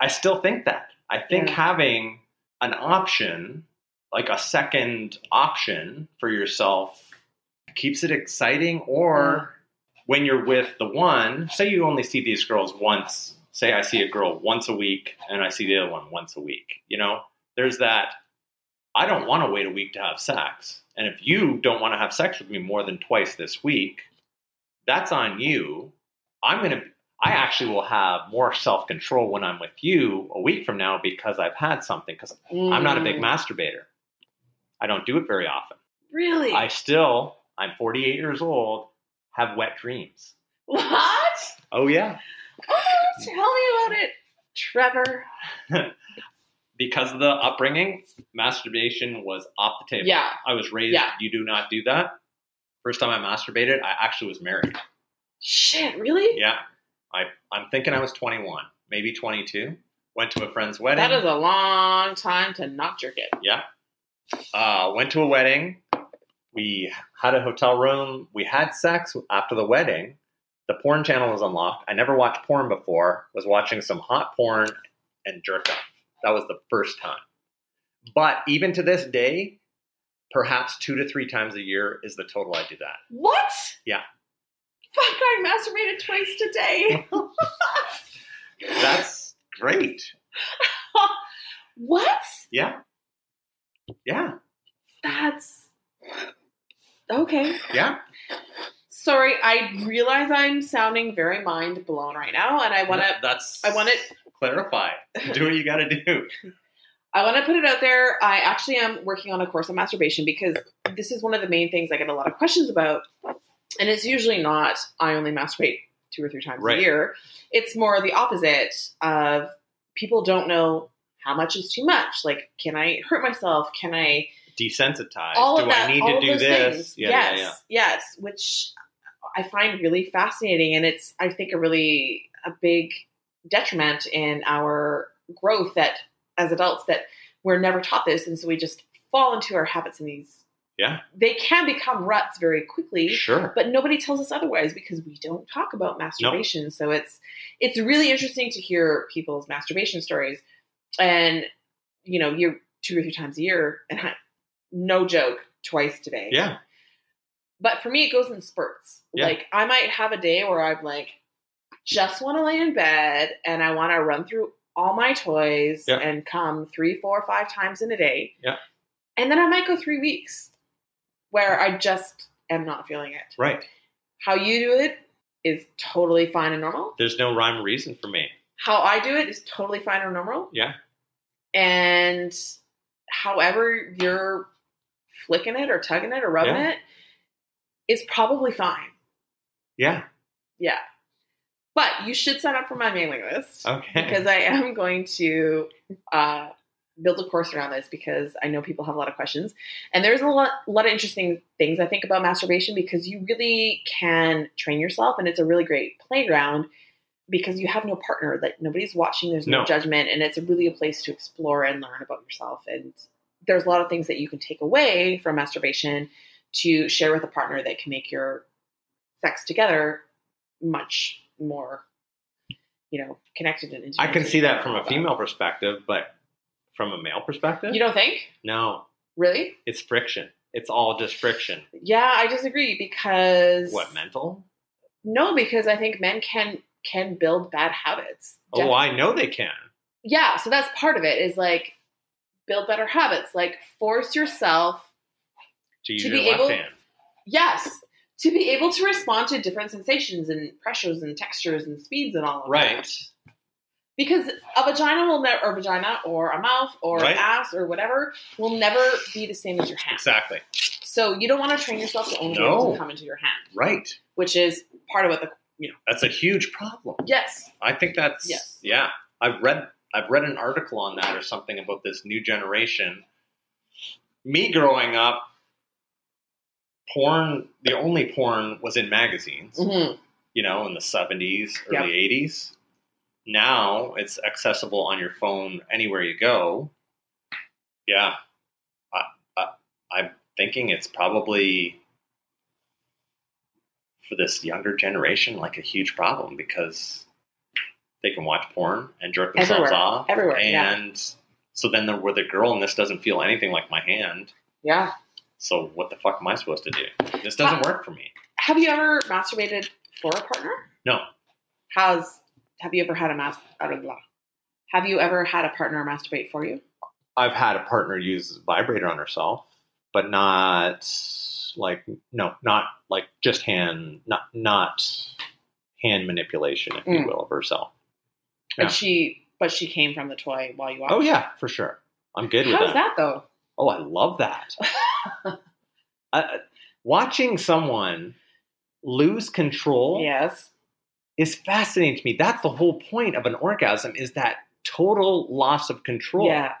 I still think that. I think
Yeah.
having an option, like a second option for yourself keeps it exciting or when you're with the one, say you only see these girls once, say I see a girl once a week and I see the other one once a week, you know, there's that I don't want to wait a week to have sex. And if you don't want to have sex with me more than twice this week, that's on you. I'm going to I actually will have more self-control when I'm with you a week from now because I've had something cuz I'm not a big
Mm.
masturbator. I don't do it very often.
Really?
I still, I'm 48 years old, have wet dreams.
what?
Oh, yeah.
Oh, tell me about it, Trevor.
Because of the upbringing, masturbation was off the table.
Yeah.
I was raised,
Yeah.
you do not do that. First time I masturbated, I actually was married.
Shit. Really?
Yeah. I, I'm thinking I was 21, maybe 22. Went to a friend's wedding.
That is a long time to not jerk it.
Yeah. Uh, went to a wedding. We had a hotel room. We had sex after the wedding. The porn channel was unlocked. I never watched porn before. Was watching some hot porn and jerked off. That was the first time. But even to this day, perhaps two to three times a year is the total I do that.
What?
Yeah.
Fuck, I masturbated twice today.
That's great.
what?
Yeah. Yeah.
That's okay.
Yeah.
Sorry, I realize I'm sounding very mind blown right now, and I want to.
That's.
I want it-
Clarify. Do what you got to do.
I want to put it out there. I actually am working on a course on masturbation because this is one of the main things I get a lot of questions about. And it's usually not, I only masturbate two or three times
Right.
a year. It's more the opposite of people don't know how much is too much. Like, can I hurt myself? Can I,
Desensitized.
all
do
of that,
I need
all
to
of
do
those
this?
things.
Yeah,
yes,
yeah, yeah.
yes, which I find really fascinating. And it's, I think, a really a big detriment in our growth that as adults that we're never taught this. And so we just fall into our habits and these,
Yeah.
they can become ruts very quickly
Sure.
but nobody tells us otherwise because we don't talk about masturbation so it's it's really interesting to hear people's masturbation stories and you know you two or three times a year and I, no joke twice today
Yeah.
but for me it goes in spurts
Yeah.
like i might have a day where i'm like just want to lay in bed and i want to run through all my toys
Yeah.
and come three four five times in a day
Yeah.
and then i might go three weeks where i just am not feeling it
Right.
how you do it is totally fine and normal.
There's no rhyme or reason for me.
How I do it is totally fine and normal.
Yeah.
And however you're flicking it or tugging it or rubbing
Yeah.
it is probably fine.
Yeah.
Yeah. But you should sign up for my mailing list
Okay.
because I am going to uh, build a course around this because I know people have a lot of questions. And there's a lot, lot of interesting things I think about masturbation because you really can train yourself and it's a really great playground because you have no partner, like nobody's watching, there's no,
No.
judgment, and it's really a place to explore and learn about yourself. And there's a lot of things that you can take away from masturbation to share with a partner that can make your sex together much more you know connected and intimate
I can see that from a female perspective, but from a male perspective,
you don't think
no,
really
it's friction. It's all just friction.
yeah i disagree because
What mental?
no because i think men can can build bad habits
Oh, I know they can.
yeah so that's part of it is like build better habits like force yourself
To use
To
your
be
left
able-
hand.
yes to be able to respond to different sensations and pressures and textures and speeds and all of
Right.
that because a vagina will never or vagina or a mouth or
Right.
an ass or whatever will never be the same as your hand
Exactly.
So you don't want to train yourself to only
No.
be able to come into your hand,
Right.
which is part of what the
That's a huge problem.
yes,
I think that's
Yes.
yeah. I've read I've read an article on that or something about this new generation. Me growing up, porn the only porn was in magazines.
Mhm.
you know, in the 70s,
Yeah.
early 80s. Now it's accessible on your phone anywhere you go. Yeah. I, I, I'm thinking it's probably for this younger generation like a huge problem because they can watch porn and jerk themselves
Everywhere.
off.
Everywhere, yeah.
And so then there, we're the girl, and this doesn't feel anything like my hand.
yeah.
So what the fuck am I supposed to do? This doesn't work for me.
Have you ever masturbated for a partner?
No.
Has have you ever had a mas? Blah, blah, blah. Have you ever had a partner masturbate for you?
I've had a partner use vibrator on herself, but not like no, not like just hand, not not hand manipulation, if
Mm.
you will, of herself. No.
And she, but she came from the toy while you watched.
Oh yeah, for sure. I'm good with
How's
that.
that though?
Oh, I love that. I, uh, watching someone lose control
Yes.
is fascinating to me. That's the whole point of an orgasm: is that total loss of control.
Yeah.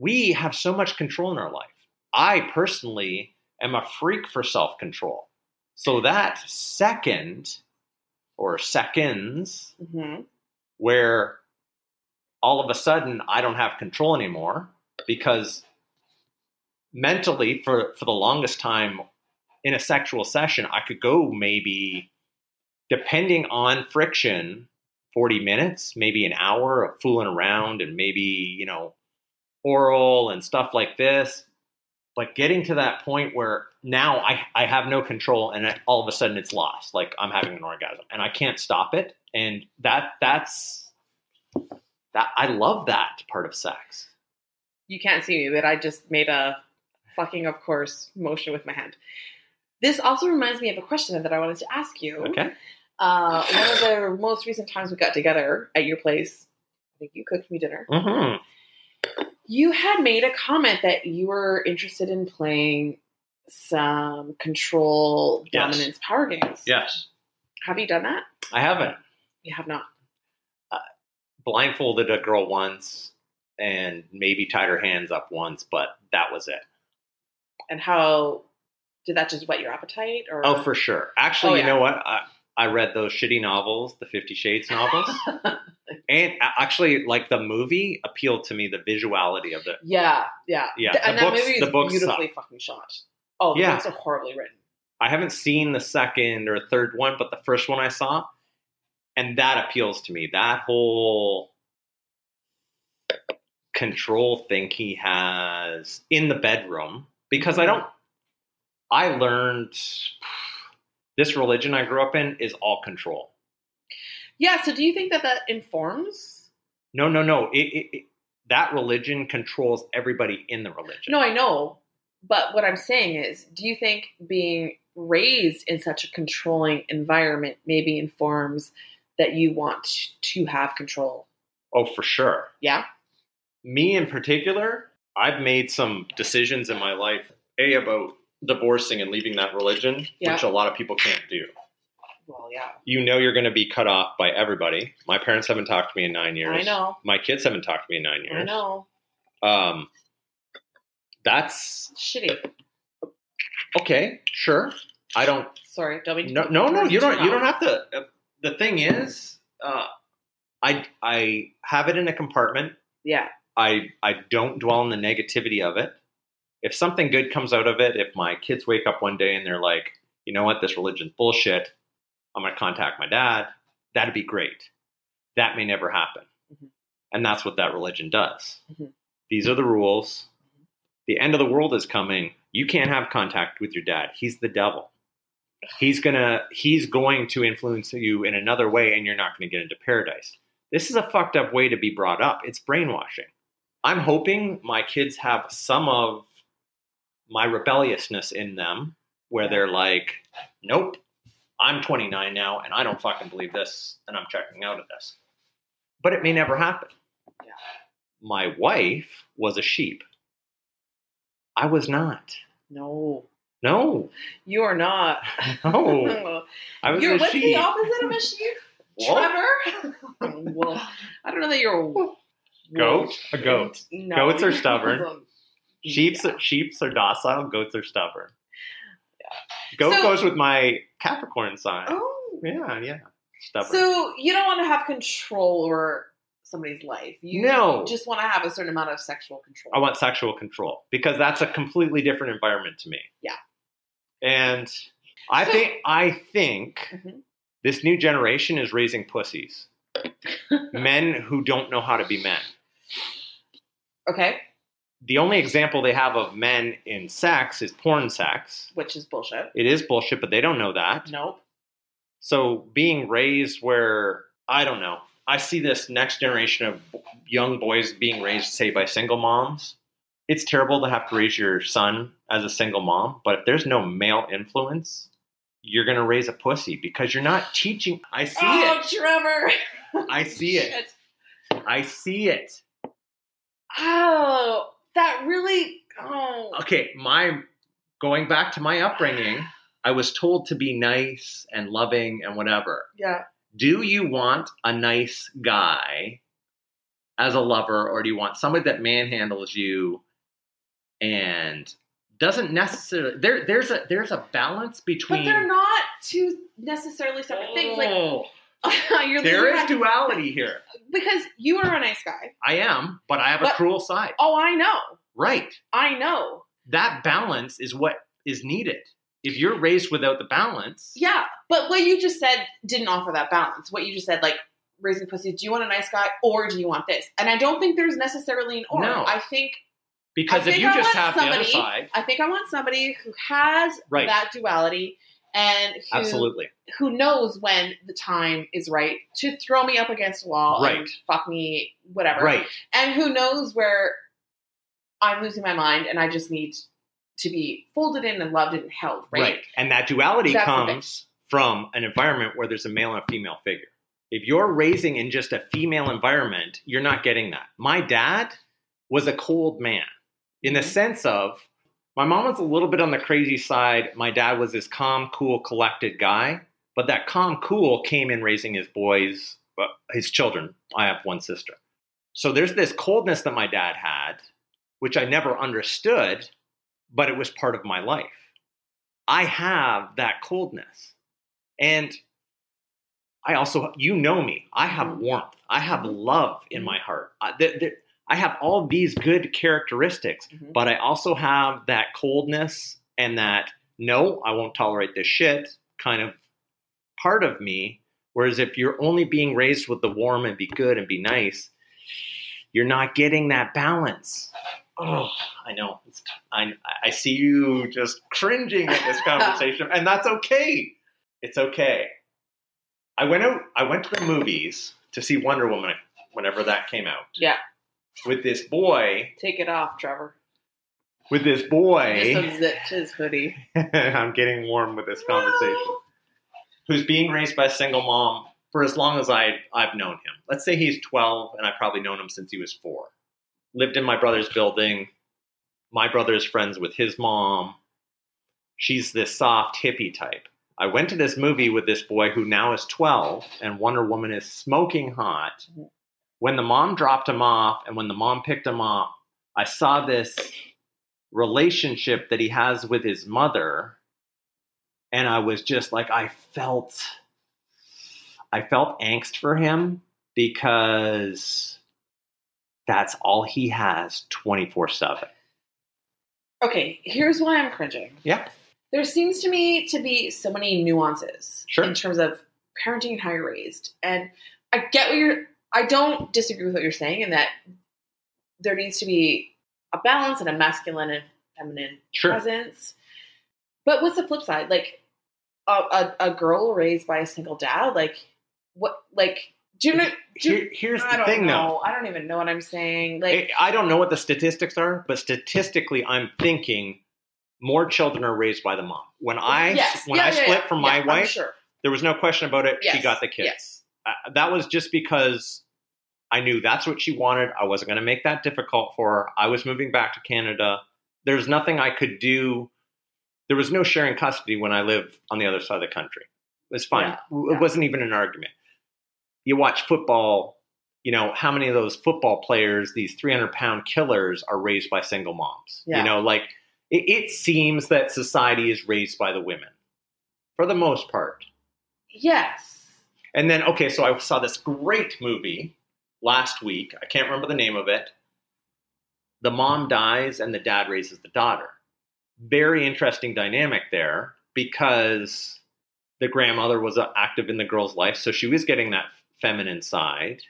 we have so much control in our life. I personally am a freak for self control. So that second or seconds
hmm
where all of a sudden I don't have control anymore because mentally for for the longest time in a sexual session I could go maybe depending on friction 40 minutes maybe an hour of fooling around and maybe you know oral and stuff like this but getting to that point where now I, I have no control and it- all of a sudden it's lost like i'm having an orgasm and i can't stop it and that that's that i love that part of sex
You can't see me, but I just made a fucking, of course, motion with my hand. This also reminds me of a question that I wanted to ask you.
Okay.
Uh, one of the most recent times we got together at your place, I think you cooked me dinner.
hmm
You had made a comment that you were interested in playing some control
Yes.
dominance power games.
Yes,
Have you done that?
I haven't
You have not.
blindfolded a girl once and maybe tied her hands up once, but that was it.
And how did that just whet your appetite? Or
Oh, for sure. Actually,
Oh,
you
yeah.
know what? I, I read those shitty novels, the Fifty Shades novels, and a- actually, like the movie appealed to me. The visuality of it.
yeah, yeah,
Yeah,
Th- and
the
that
books-
movie
the
is
books
beautifully fucking shot. Oh, the
Yeah.
books are horribly written.
I haven't seen the second or third one, but the first one I saw, and that appeals to me. That whole control thing he has in the bedroom, because I
Mm-hmm.
don't. I learned this religion I grew up in is all control.
Yeah. So, do you think that that informs?
No, no, no. It, it, it, that religion controls everybody in the religion.
No, I know, but what I'm saying is, do you think being raised in such a controlling environment maybe informs that you want to have control?
Oh, for sure.
Yeah.
Me in particular, I've made some decisions in my life, A, about divorcing and leaving that religion,
Yeah.
which a lot of people can't do.
Well, yeah.
You know you're going to be cut off by everybody. My parents haven't talked to me in nine years.
I know.
My kids haven't talked to me in nine years.
I know.
Um, that's
Shitty.
okay, sure. I don't
Sorry, don't mean to
No,
put
no, no.
words
You
in your
don't. You
mouth.
don't have to. uh, The thing is, uh, I I have it in a compartment.
Yeah.
I I don't dwell on the negativity of it. If something good comes out of it, if my kids wake up one day and they're like, you know what, this religion's bullshit, I'm gonna contact my dad. That'd be great. That may never happen,
Mhm.
and that's what that religion does.
Mhm.
These are the rules. The end of the world is coming. You can't have contact with your dad. He's the devil. He's gonna he's going to influence you in another way, and you're not gonna get into paradise. This is a fucked up way to be brought up. It's brainwashing. I'm hoping my kids have some of my rebelliousness in them where they're like, nope, I'm 29 now and I don't fucking believe this and I'm checking out of this. But it may never happen.
Yeah.
My wife was a sheep. I was not.
No,
No,
you are not.
no, I was
you're
a
what's
sheep.
the opposite of a sheep?
Wolf?
Trevor? Wolf. I don't know that you're a wolf.
Goat? A goat.
No.
Goats are stubborn.
Yeah.
Sheep's sheep's are docile. Goats are stubborn. Goat
So-
goes with my Capricorn sign.
Oh.
Yeah, yeah, stubborn.
So you don't want to have control over somebody's life. You
No.
just want to have a certain amount of sexual control.
I want sexual control because that's a completely different environment to me.
Yeah.
And I
So-
think I think
Mhm.
this new generation is raising pussies. men who don't know how to be men.
Okay,
The only example they have of men in sex is porn sex.
which is bullshit.
It is bullshit, but they don't know that.
Nope.
So being raised where I don't know, I see this next generation of young boys being raised, say, by single moms. It's terrible to have to raise your son as a single mom, but if there's no male influence, you're gonna raise a pussy because you're not teaching. I see
oh,
it.
Trevor.
I see it.
Shit.
I see it.
Oh, that really. Oh.
Okay, my going back to my upbringing, I was told to be nice and loving and whatever.
Yeah.
do you want a nice guy as a lover or do you want somebody that manhandles you and doesn't necessarily there there's a there's a balance
But
between
they're not two necessarily separate things. Like
Oh,
you're
there
losing
is
that-
duality here
because you are a nice guy.
i am but i have a
But-
cruel side
Oh, I know.
right
I know.
that balance is what is needed if you're raised without the balance
Yeah, but what you just said didn't offer that balance. What you just said, like raising pussy, do you want a nice guy or do you want this? And I don't think there's necessarily an or.
No.
I think
because
I
if
think
you
I
just
want
have the other
somebody-
side
I think I want somebody who has
Right.
that duality and who
absolutely
who knows when the time is right to throw me up against a wall
Right.
and fuck me, whatever.
right
And who knows where I'm losing my mind and I just need to be folded in and loved and held, right?
And that duality
That's the
comes from an environment where there's a male and a female figure. If you're raising in just a female environment, you're not getting that. My dad was a cold man in
Mm-hmm.
the sense of my mom was a little bit on the crazy side. My dad was this calm, cool, collected guy, but that calm, cool came in raising his boys, uh, his children. I have one sister. So there's this coldness that my dad had, which I never understood, but it was part of my life. I have that coldness. And I also, you know me, I have warmth, I have love in my heart. I, th- th- I have all these good characteristics,
Mhm.
but I also have that coldness and that no, I won't tolerate this shit kind of part of me. Whereas if you're only being raised with the warm and be good and be nice, you're not getting that balance. Oh, I know. It's t- I, I see you just cringing at this conversation, and that's okay. It's okay. I went out. I went to the movies to see Wonder Woman whenever that came out.
Yeah.
With this boy,
Take it off, Trevor.
with this boy,
Just unzipped his hoodie.
I'm getting warm with this conversation. Who's being raised by a single mom for as long as I, I've known him. Let's say he's 12, and I've probably known him since he was four. Lived in my brother's building. My brother's friends with his mom. She's this soft hippie type. I went to this movie with this boy who now is 12, and Wonder Woman is smoking hot. When the mom dropped him off, and when the mom picked him up, I saw this relationship that he has with his mother and i was just like i felt i felt angst for him because that's all he has 24/7
Okay, here's why I'm cringing.
Yeah.
There seems to me to be so many nuances
Sure.
in terms of parenting and how you're raised. And I get what you're I don't disagree with what you're saying in that there needs to be a balance and a masculine and feminine
sure
presence. But what's the flip side? Like a, a, a girl raised by a single dad, like what like do you know do,
Here- here's
I
the
don't
thing though
know. I don't even know what I'm saying. Like
I- I don't know what the statistics are, but statistically, I'm thinking more children are raised by the mom. When I
yes.
when
Yeah,
I
yeah,
split
yeah.
from my
Yeah, I'm
wife,
sure.
there was no question about it. She
Yes.
got the kids.
Yes.
uh, that was just because I knew that's what she wanted. I wasn't going to make that difficult for her. I was moving back to Canada. There's nothing I could do. There was no sharing custody when I lived on the other side of the country. It was fine.
Yeah,
W-
yeah.
It wasn't even an argument. You watch football, you know, how many of those football players, these 300 pound killers, are raised by single moms?
Yeah.
You know, like it, it seems that society is raised by the women for the most part.
Yes.
And then, okay, so I saw this great movie last week. I can't remember the name of it. The mom dies and the dad raises the daughter. Very interesting dynamic there because the grandmother was uh, active in the girl's life, so she was getting that feminine side.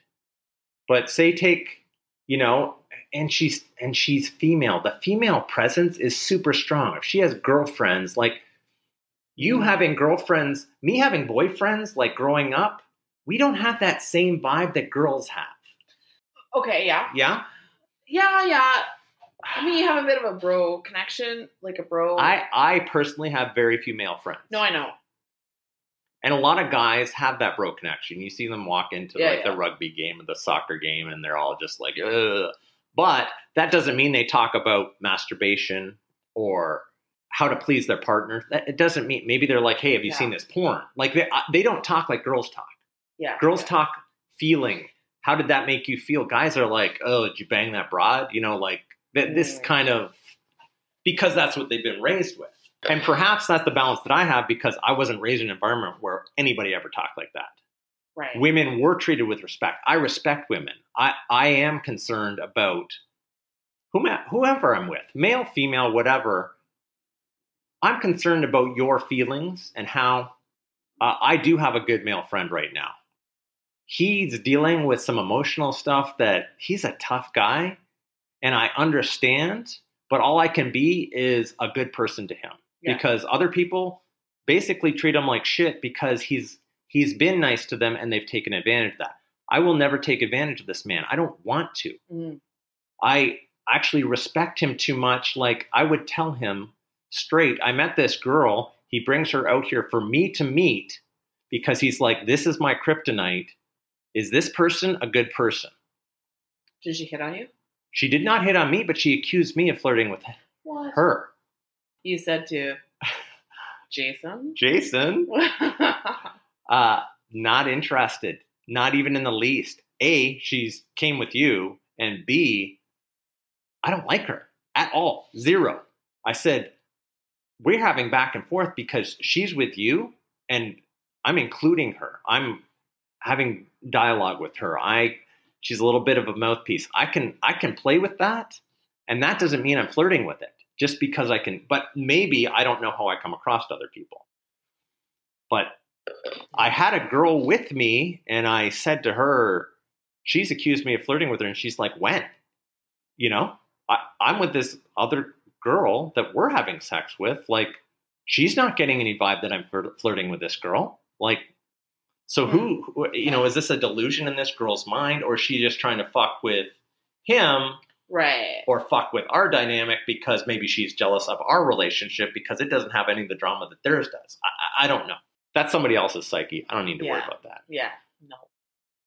But say take, you know, and she's and she's female. The female presence is super strong. If she has girlfriends, like
Mm-hmm.
you having girlfriends, me having boyfriends, like growing up, we don't have that same vibe that girls have.
Okay, yeah.
Yeah.
Yeah, yeah. I mean, you have a bit of a bro connection, like a bro.
I I personally have very few male friends.
No, I know.
and a lot of guys have that bro connection. You see them walk into
Yeah,
like
yeah.
the rugby game or the soccer game and they're all just like Ugh. but that doesn't mean they talk about masturbation or how to please their partner. That, it doesn't mean maybe they're like, "Hey, have you
Yeah.
seen this porn?" Like they I- they don't talk like girls talk.
Yeah.
girls talk feeling how did that make you feel guys are like oh did you bang that broad you know like th- this
Mm.
kind of because that's what they've been raised with and perhaps that's the balance that i have because i wasn't raised in an environment where anybody ever talked like that
Right.
women were treated with respect i respect women i, I am concerned about whome- whoever i'm with male female whatever i'm concerned about your feelings and how uh, I do have a good male friend right now. He's dealing with some emotional stuff that he's a tough guy, and I understand, but all I can be is a good person to him
Yeah.
because other people basically treat him like shit because he's he's been nice to them and they've taken advantage of that. I will never take advantage of this man. I don't want to.
Mm.
I actually respect him too much. Like I would tell him, straight. I met this girl. He brings her out here for me to meet because he's like, this is my kryptonite. Is this person a good person?
Did she hit on you?
She did not hit on me, but she accused me of flirting with
What?
her.
You said to Jason?
Jason, uh, not interested, not even in the least. A, she's came with you, and B, I don't like her at all. Zero. I said, we're having back and forth because she's with you, and I'm including her. I'm having dialogue with her. I she's a little bit of a mouthpiece. I can I can play with that, and that doesn't mean I'm flirting with it. Just because I can, but maybe I don't know how I come across to other people. But I had a girl with me, and I said to her, "She's accused me of flirting with her," and she's like, "When?" You know, I, I'm with this other girl that we're having sex with. Like, she's not getting any vibe that I'm flir- flirting with this girl. Like, so who, who- you know, is this a delusion in this girl's mind, or is she just trying to fuck with him
right.
or fuck with our dynamic because maybe she's jealous of our relationship because it doesn't have any of the drama that theirs does. I, I- I don't know. That's somebody else's psyche. I don't need to worry
Yeah.
about that.
Yeah.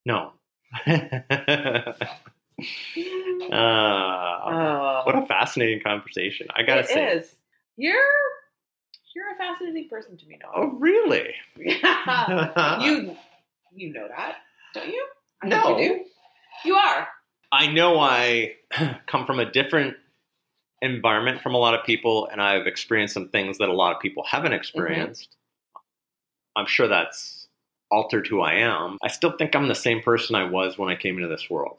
No.
No. Uh,
Oh.
what a fascinating conversation. I gotta
It
say.
is. You're you're a fascinating person to me,
Oh,
Noah.
really? Oh.
you you know that, don't you? I think
No.
you do. You are.
I know I come from a different environment from a lot of people, and I've experienced some things that a lot of people haven't experienced. I'm sure that's altered who I am. I still think I'm the same person I was when I came into this world.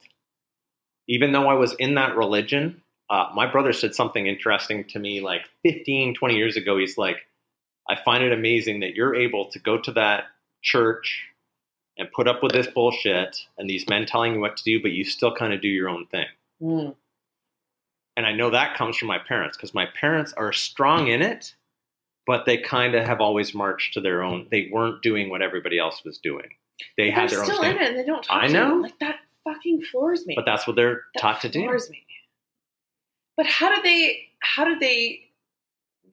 Even though I was in that religion, uh, my brother said something interesting to me like 15, 20 years ago. He's like, I find it amazing that you're able to go to that church and put up with this bullshit and these men telling you what to do, but you still kind of do your own thing.
Mm.
And I know that comes from my parents because my parents are strong in it, but they kind of have always marched to their own. They weren't doing what everybody else was doing. They
They're
had their own
still in
thing,
it and they don't talk
I
to
know.
you. Like that fucking floors me.
but that's what they're
That
taught to do.
floors me. But how did they how did they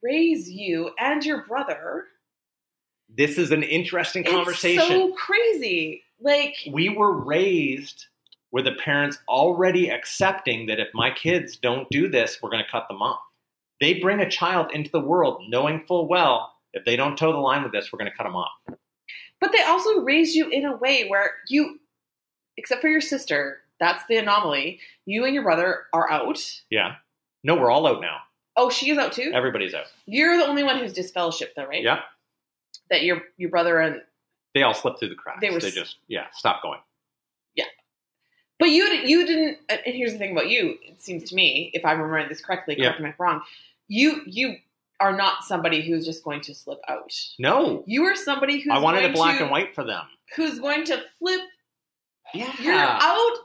raise you and your brother?
This is an interesting conversation.
It's so crazy. Like
we were raised where the parents already accepting that if my kids don't do this, we're going to cut them off. They bring a child into the world knowing full well if they don't toe the line with this, we're going to cut them off.
But they also raised you in a way where you, except for your sister, that's the anomaly. You and your brother are out.
Yeah. No, we're all out now.
Oh, she is out too.
Everybody's out.
You're the only one who's disfellowship, though, right?
Yeah.
That your your brother and
They all slipped through the cracks.
They
They,
were s-
just, yeah, stop going.
but you di- you didn't. uh, And and here's the thing about you. It seems to me, if I'm remembering this correctly,
Yeah.
correct me if I'm wrong. You you are not somebody who's just going to slip out.
No.
You are somebody who's
I wanted
going
a black
to,
and white for them.
who's going to flip
Yeah.
You're out,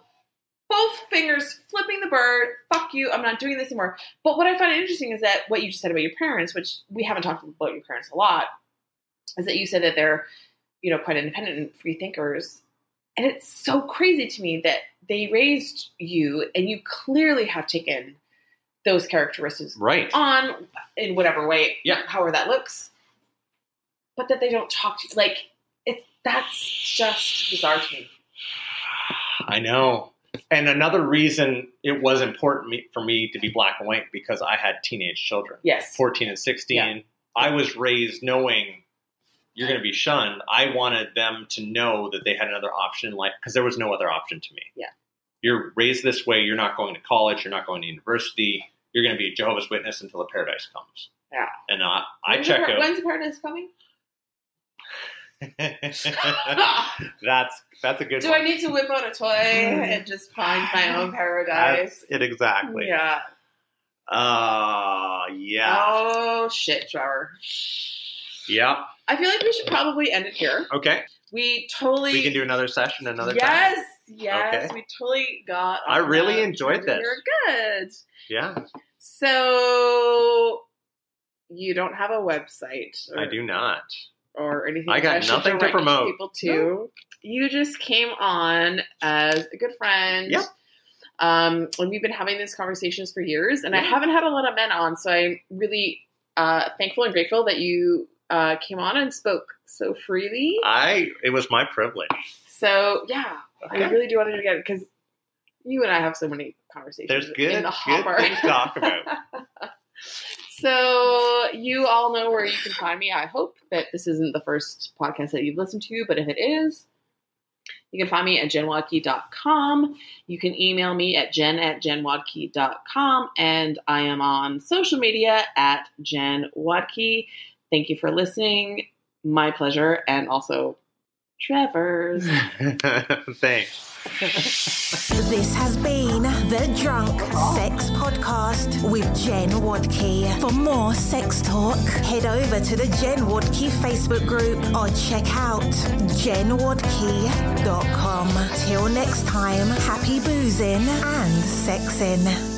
both fingers flipping the bird. Fuck you. I'm not doing this anymore. But what I find interesting is that what you just said about your parents, which we haven't talked about your parents a lot, is that you said that they're, you know, quite independent and free thinkers. And it's so crazy to me that they raised you and you clearly have taken those characteristics
right.
on in whatever way,
Yeah.
however that looks, but that they don't talk to you. Like, it's that's just bizarre to me.
I know. And another reason it was important me, for me to be black and white because I had teenage children.
Yes.
14 and 16
Yeah.
i was raised knowing you're going to be shunned i wanted them to know that they had another option in life because there was no other option to me
Yeah.
you're raised this way you're not going to college you're not going to university you're going to be a jehovah's witness until the paradise comes
Yeah.
and i, I
When's
check
the, par-
out
When's the paradise coming?
that's that's a good
Do
one
I need to whip out a toy and just find my own
Mm. that's
paradise?
it exactly
Yeah.
uh yeah
Oh shit, Trevor.
yep
I feel like we should probably end it here.
okay
We totally.
we can do another session another time
Yes, yes,
Okay.
we totally got.
I
on
really
that.
enjoyed this.
You're good.
yeah
So you don't have a website? Or,
i do not
or anything.
I got
that should
nothing to
direct
promote.
People to you just came on as a good friend.
Yep.
Um, and we've been having these conversations for years, and I
Yeah.
haven't had a lot of men on, so I'm really uh, thankful and grateful that you uh, came on and spoke so freely.
I it was my privilege.
So yeah, I
Okay.
really do want to do it again because you and I have so many conversations.
There's
in
good,
the
good
hopper.
things to talk about.
So you all know where you can find me. I hope that this isn't the first podcast that you've listened to, but if it is, you can find me at jenwadkey.com. You can email me at jen at jenwadkey.com. And I am on social media at Jen Wadkey. Thank you for listening. My pleasure. And also Trevor's.
Thanks.
This has been the Drunk Sex Podcast with Jen Wadkey. For more sex talk, head over to the Jen Wadkey Facebook group or check out jenwadkey.com. Till next time, happy boozing and sexing.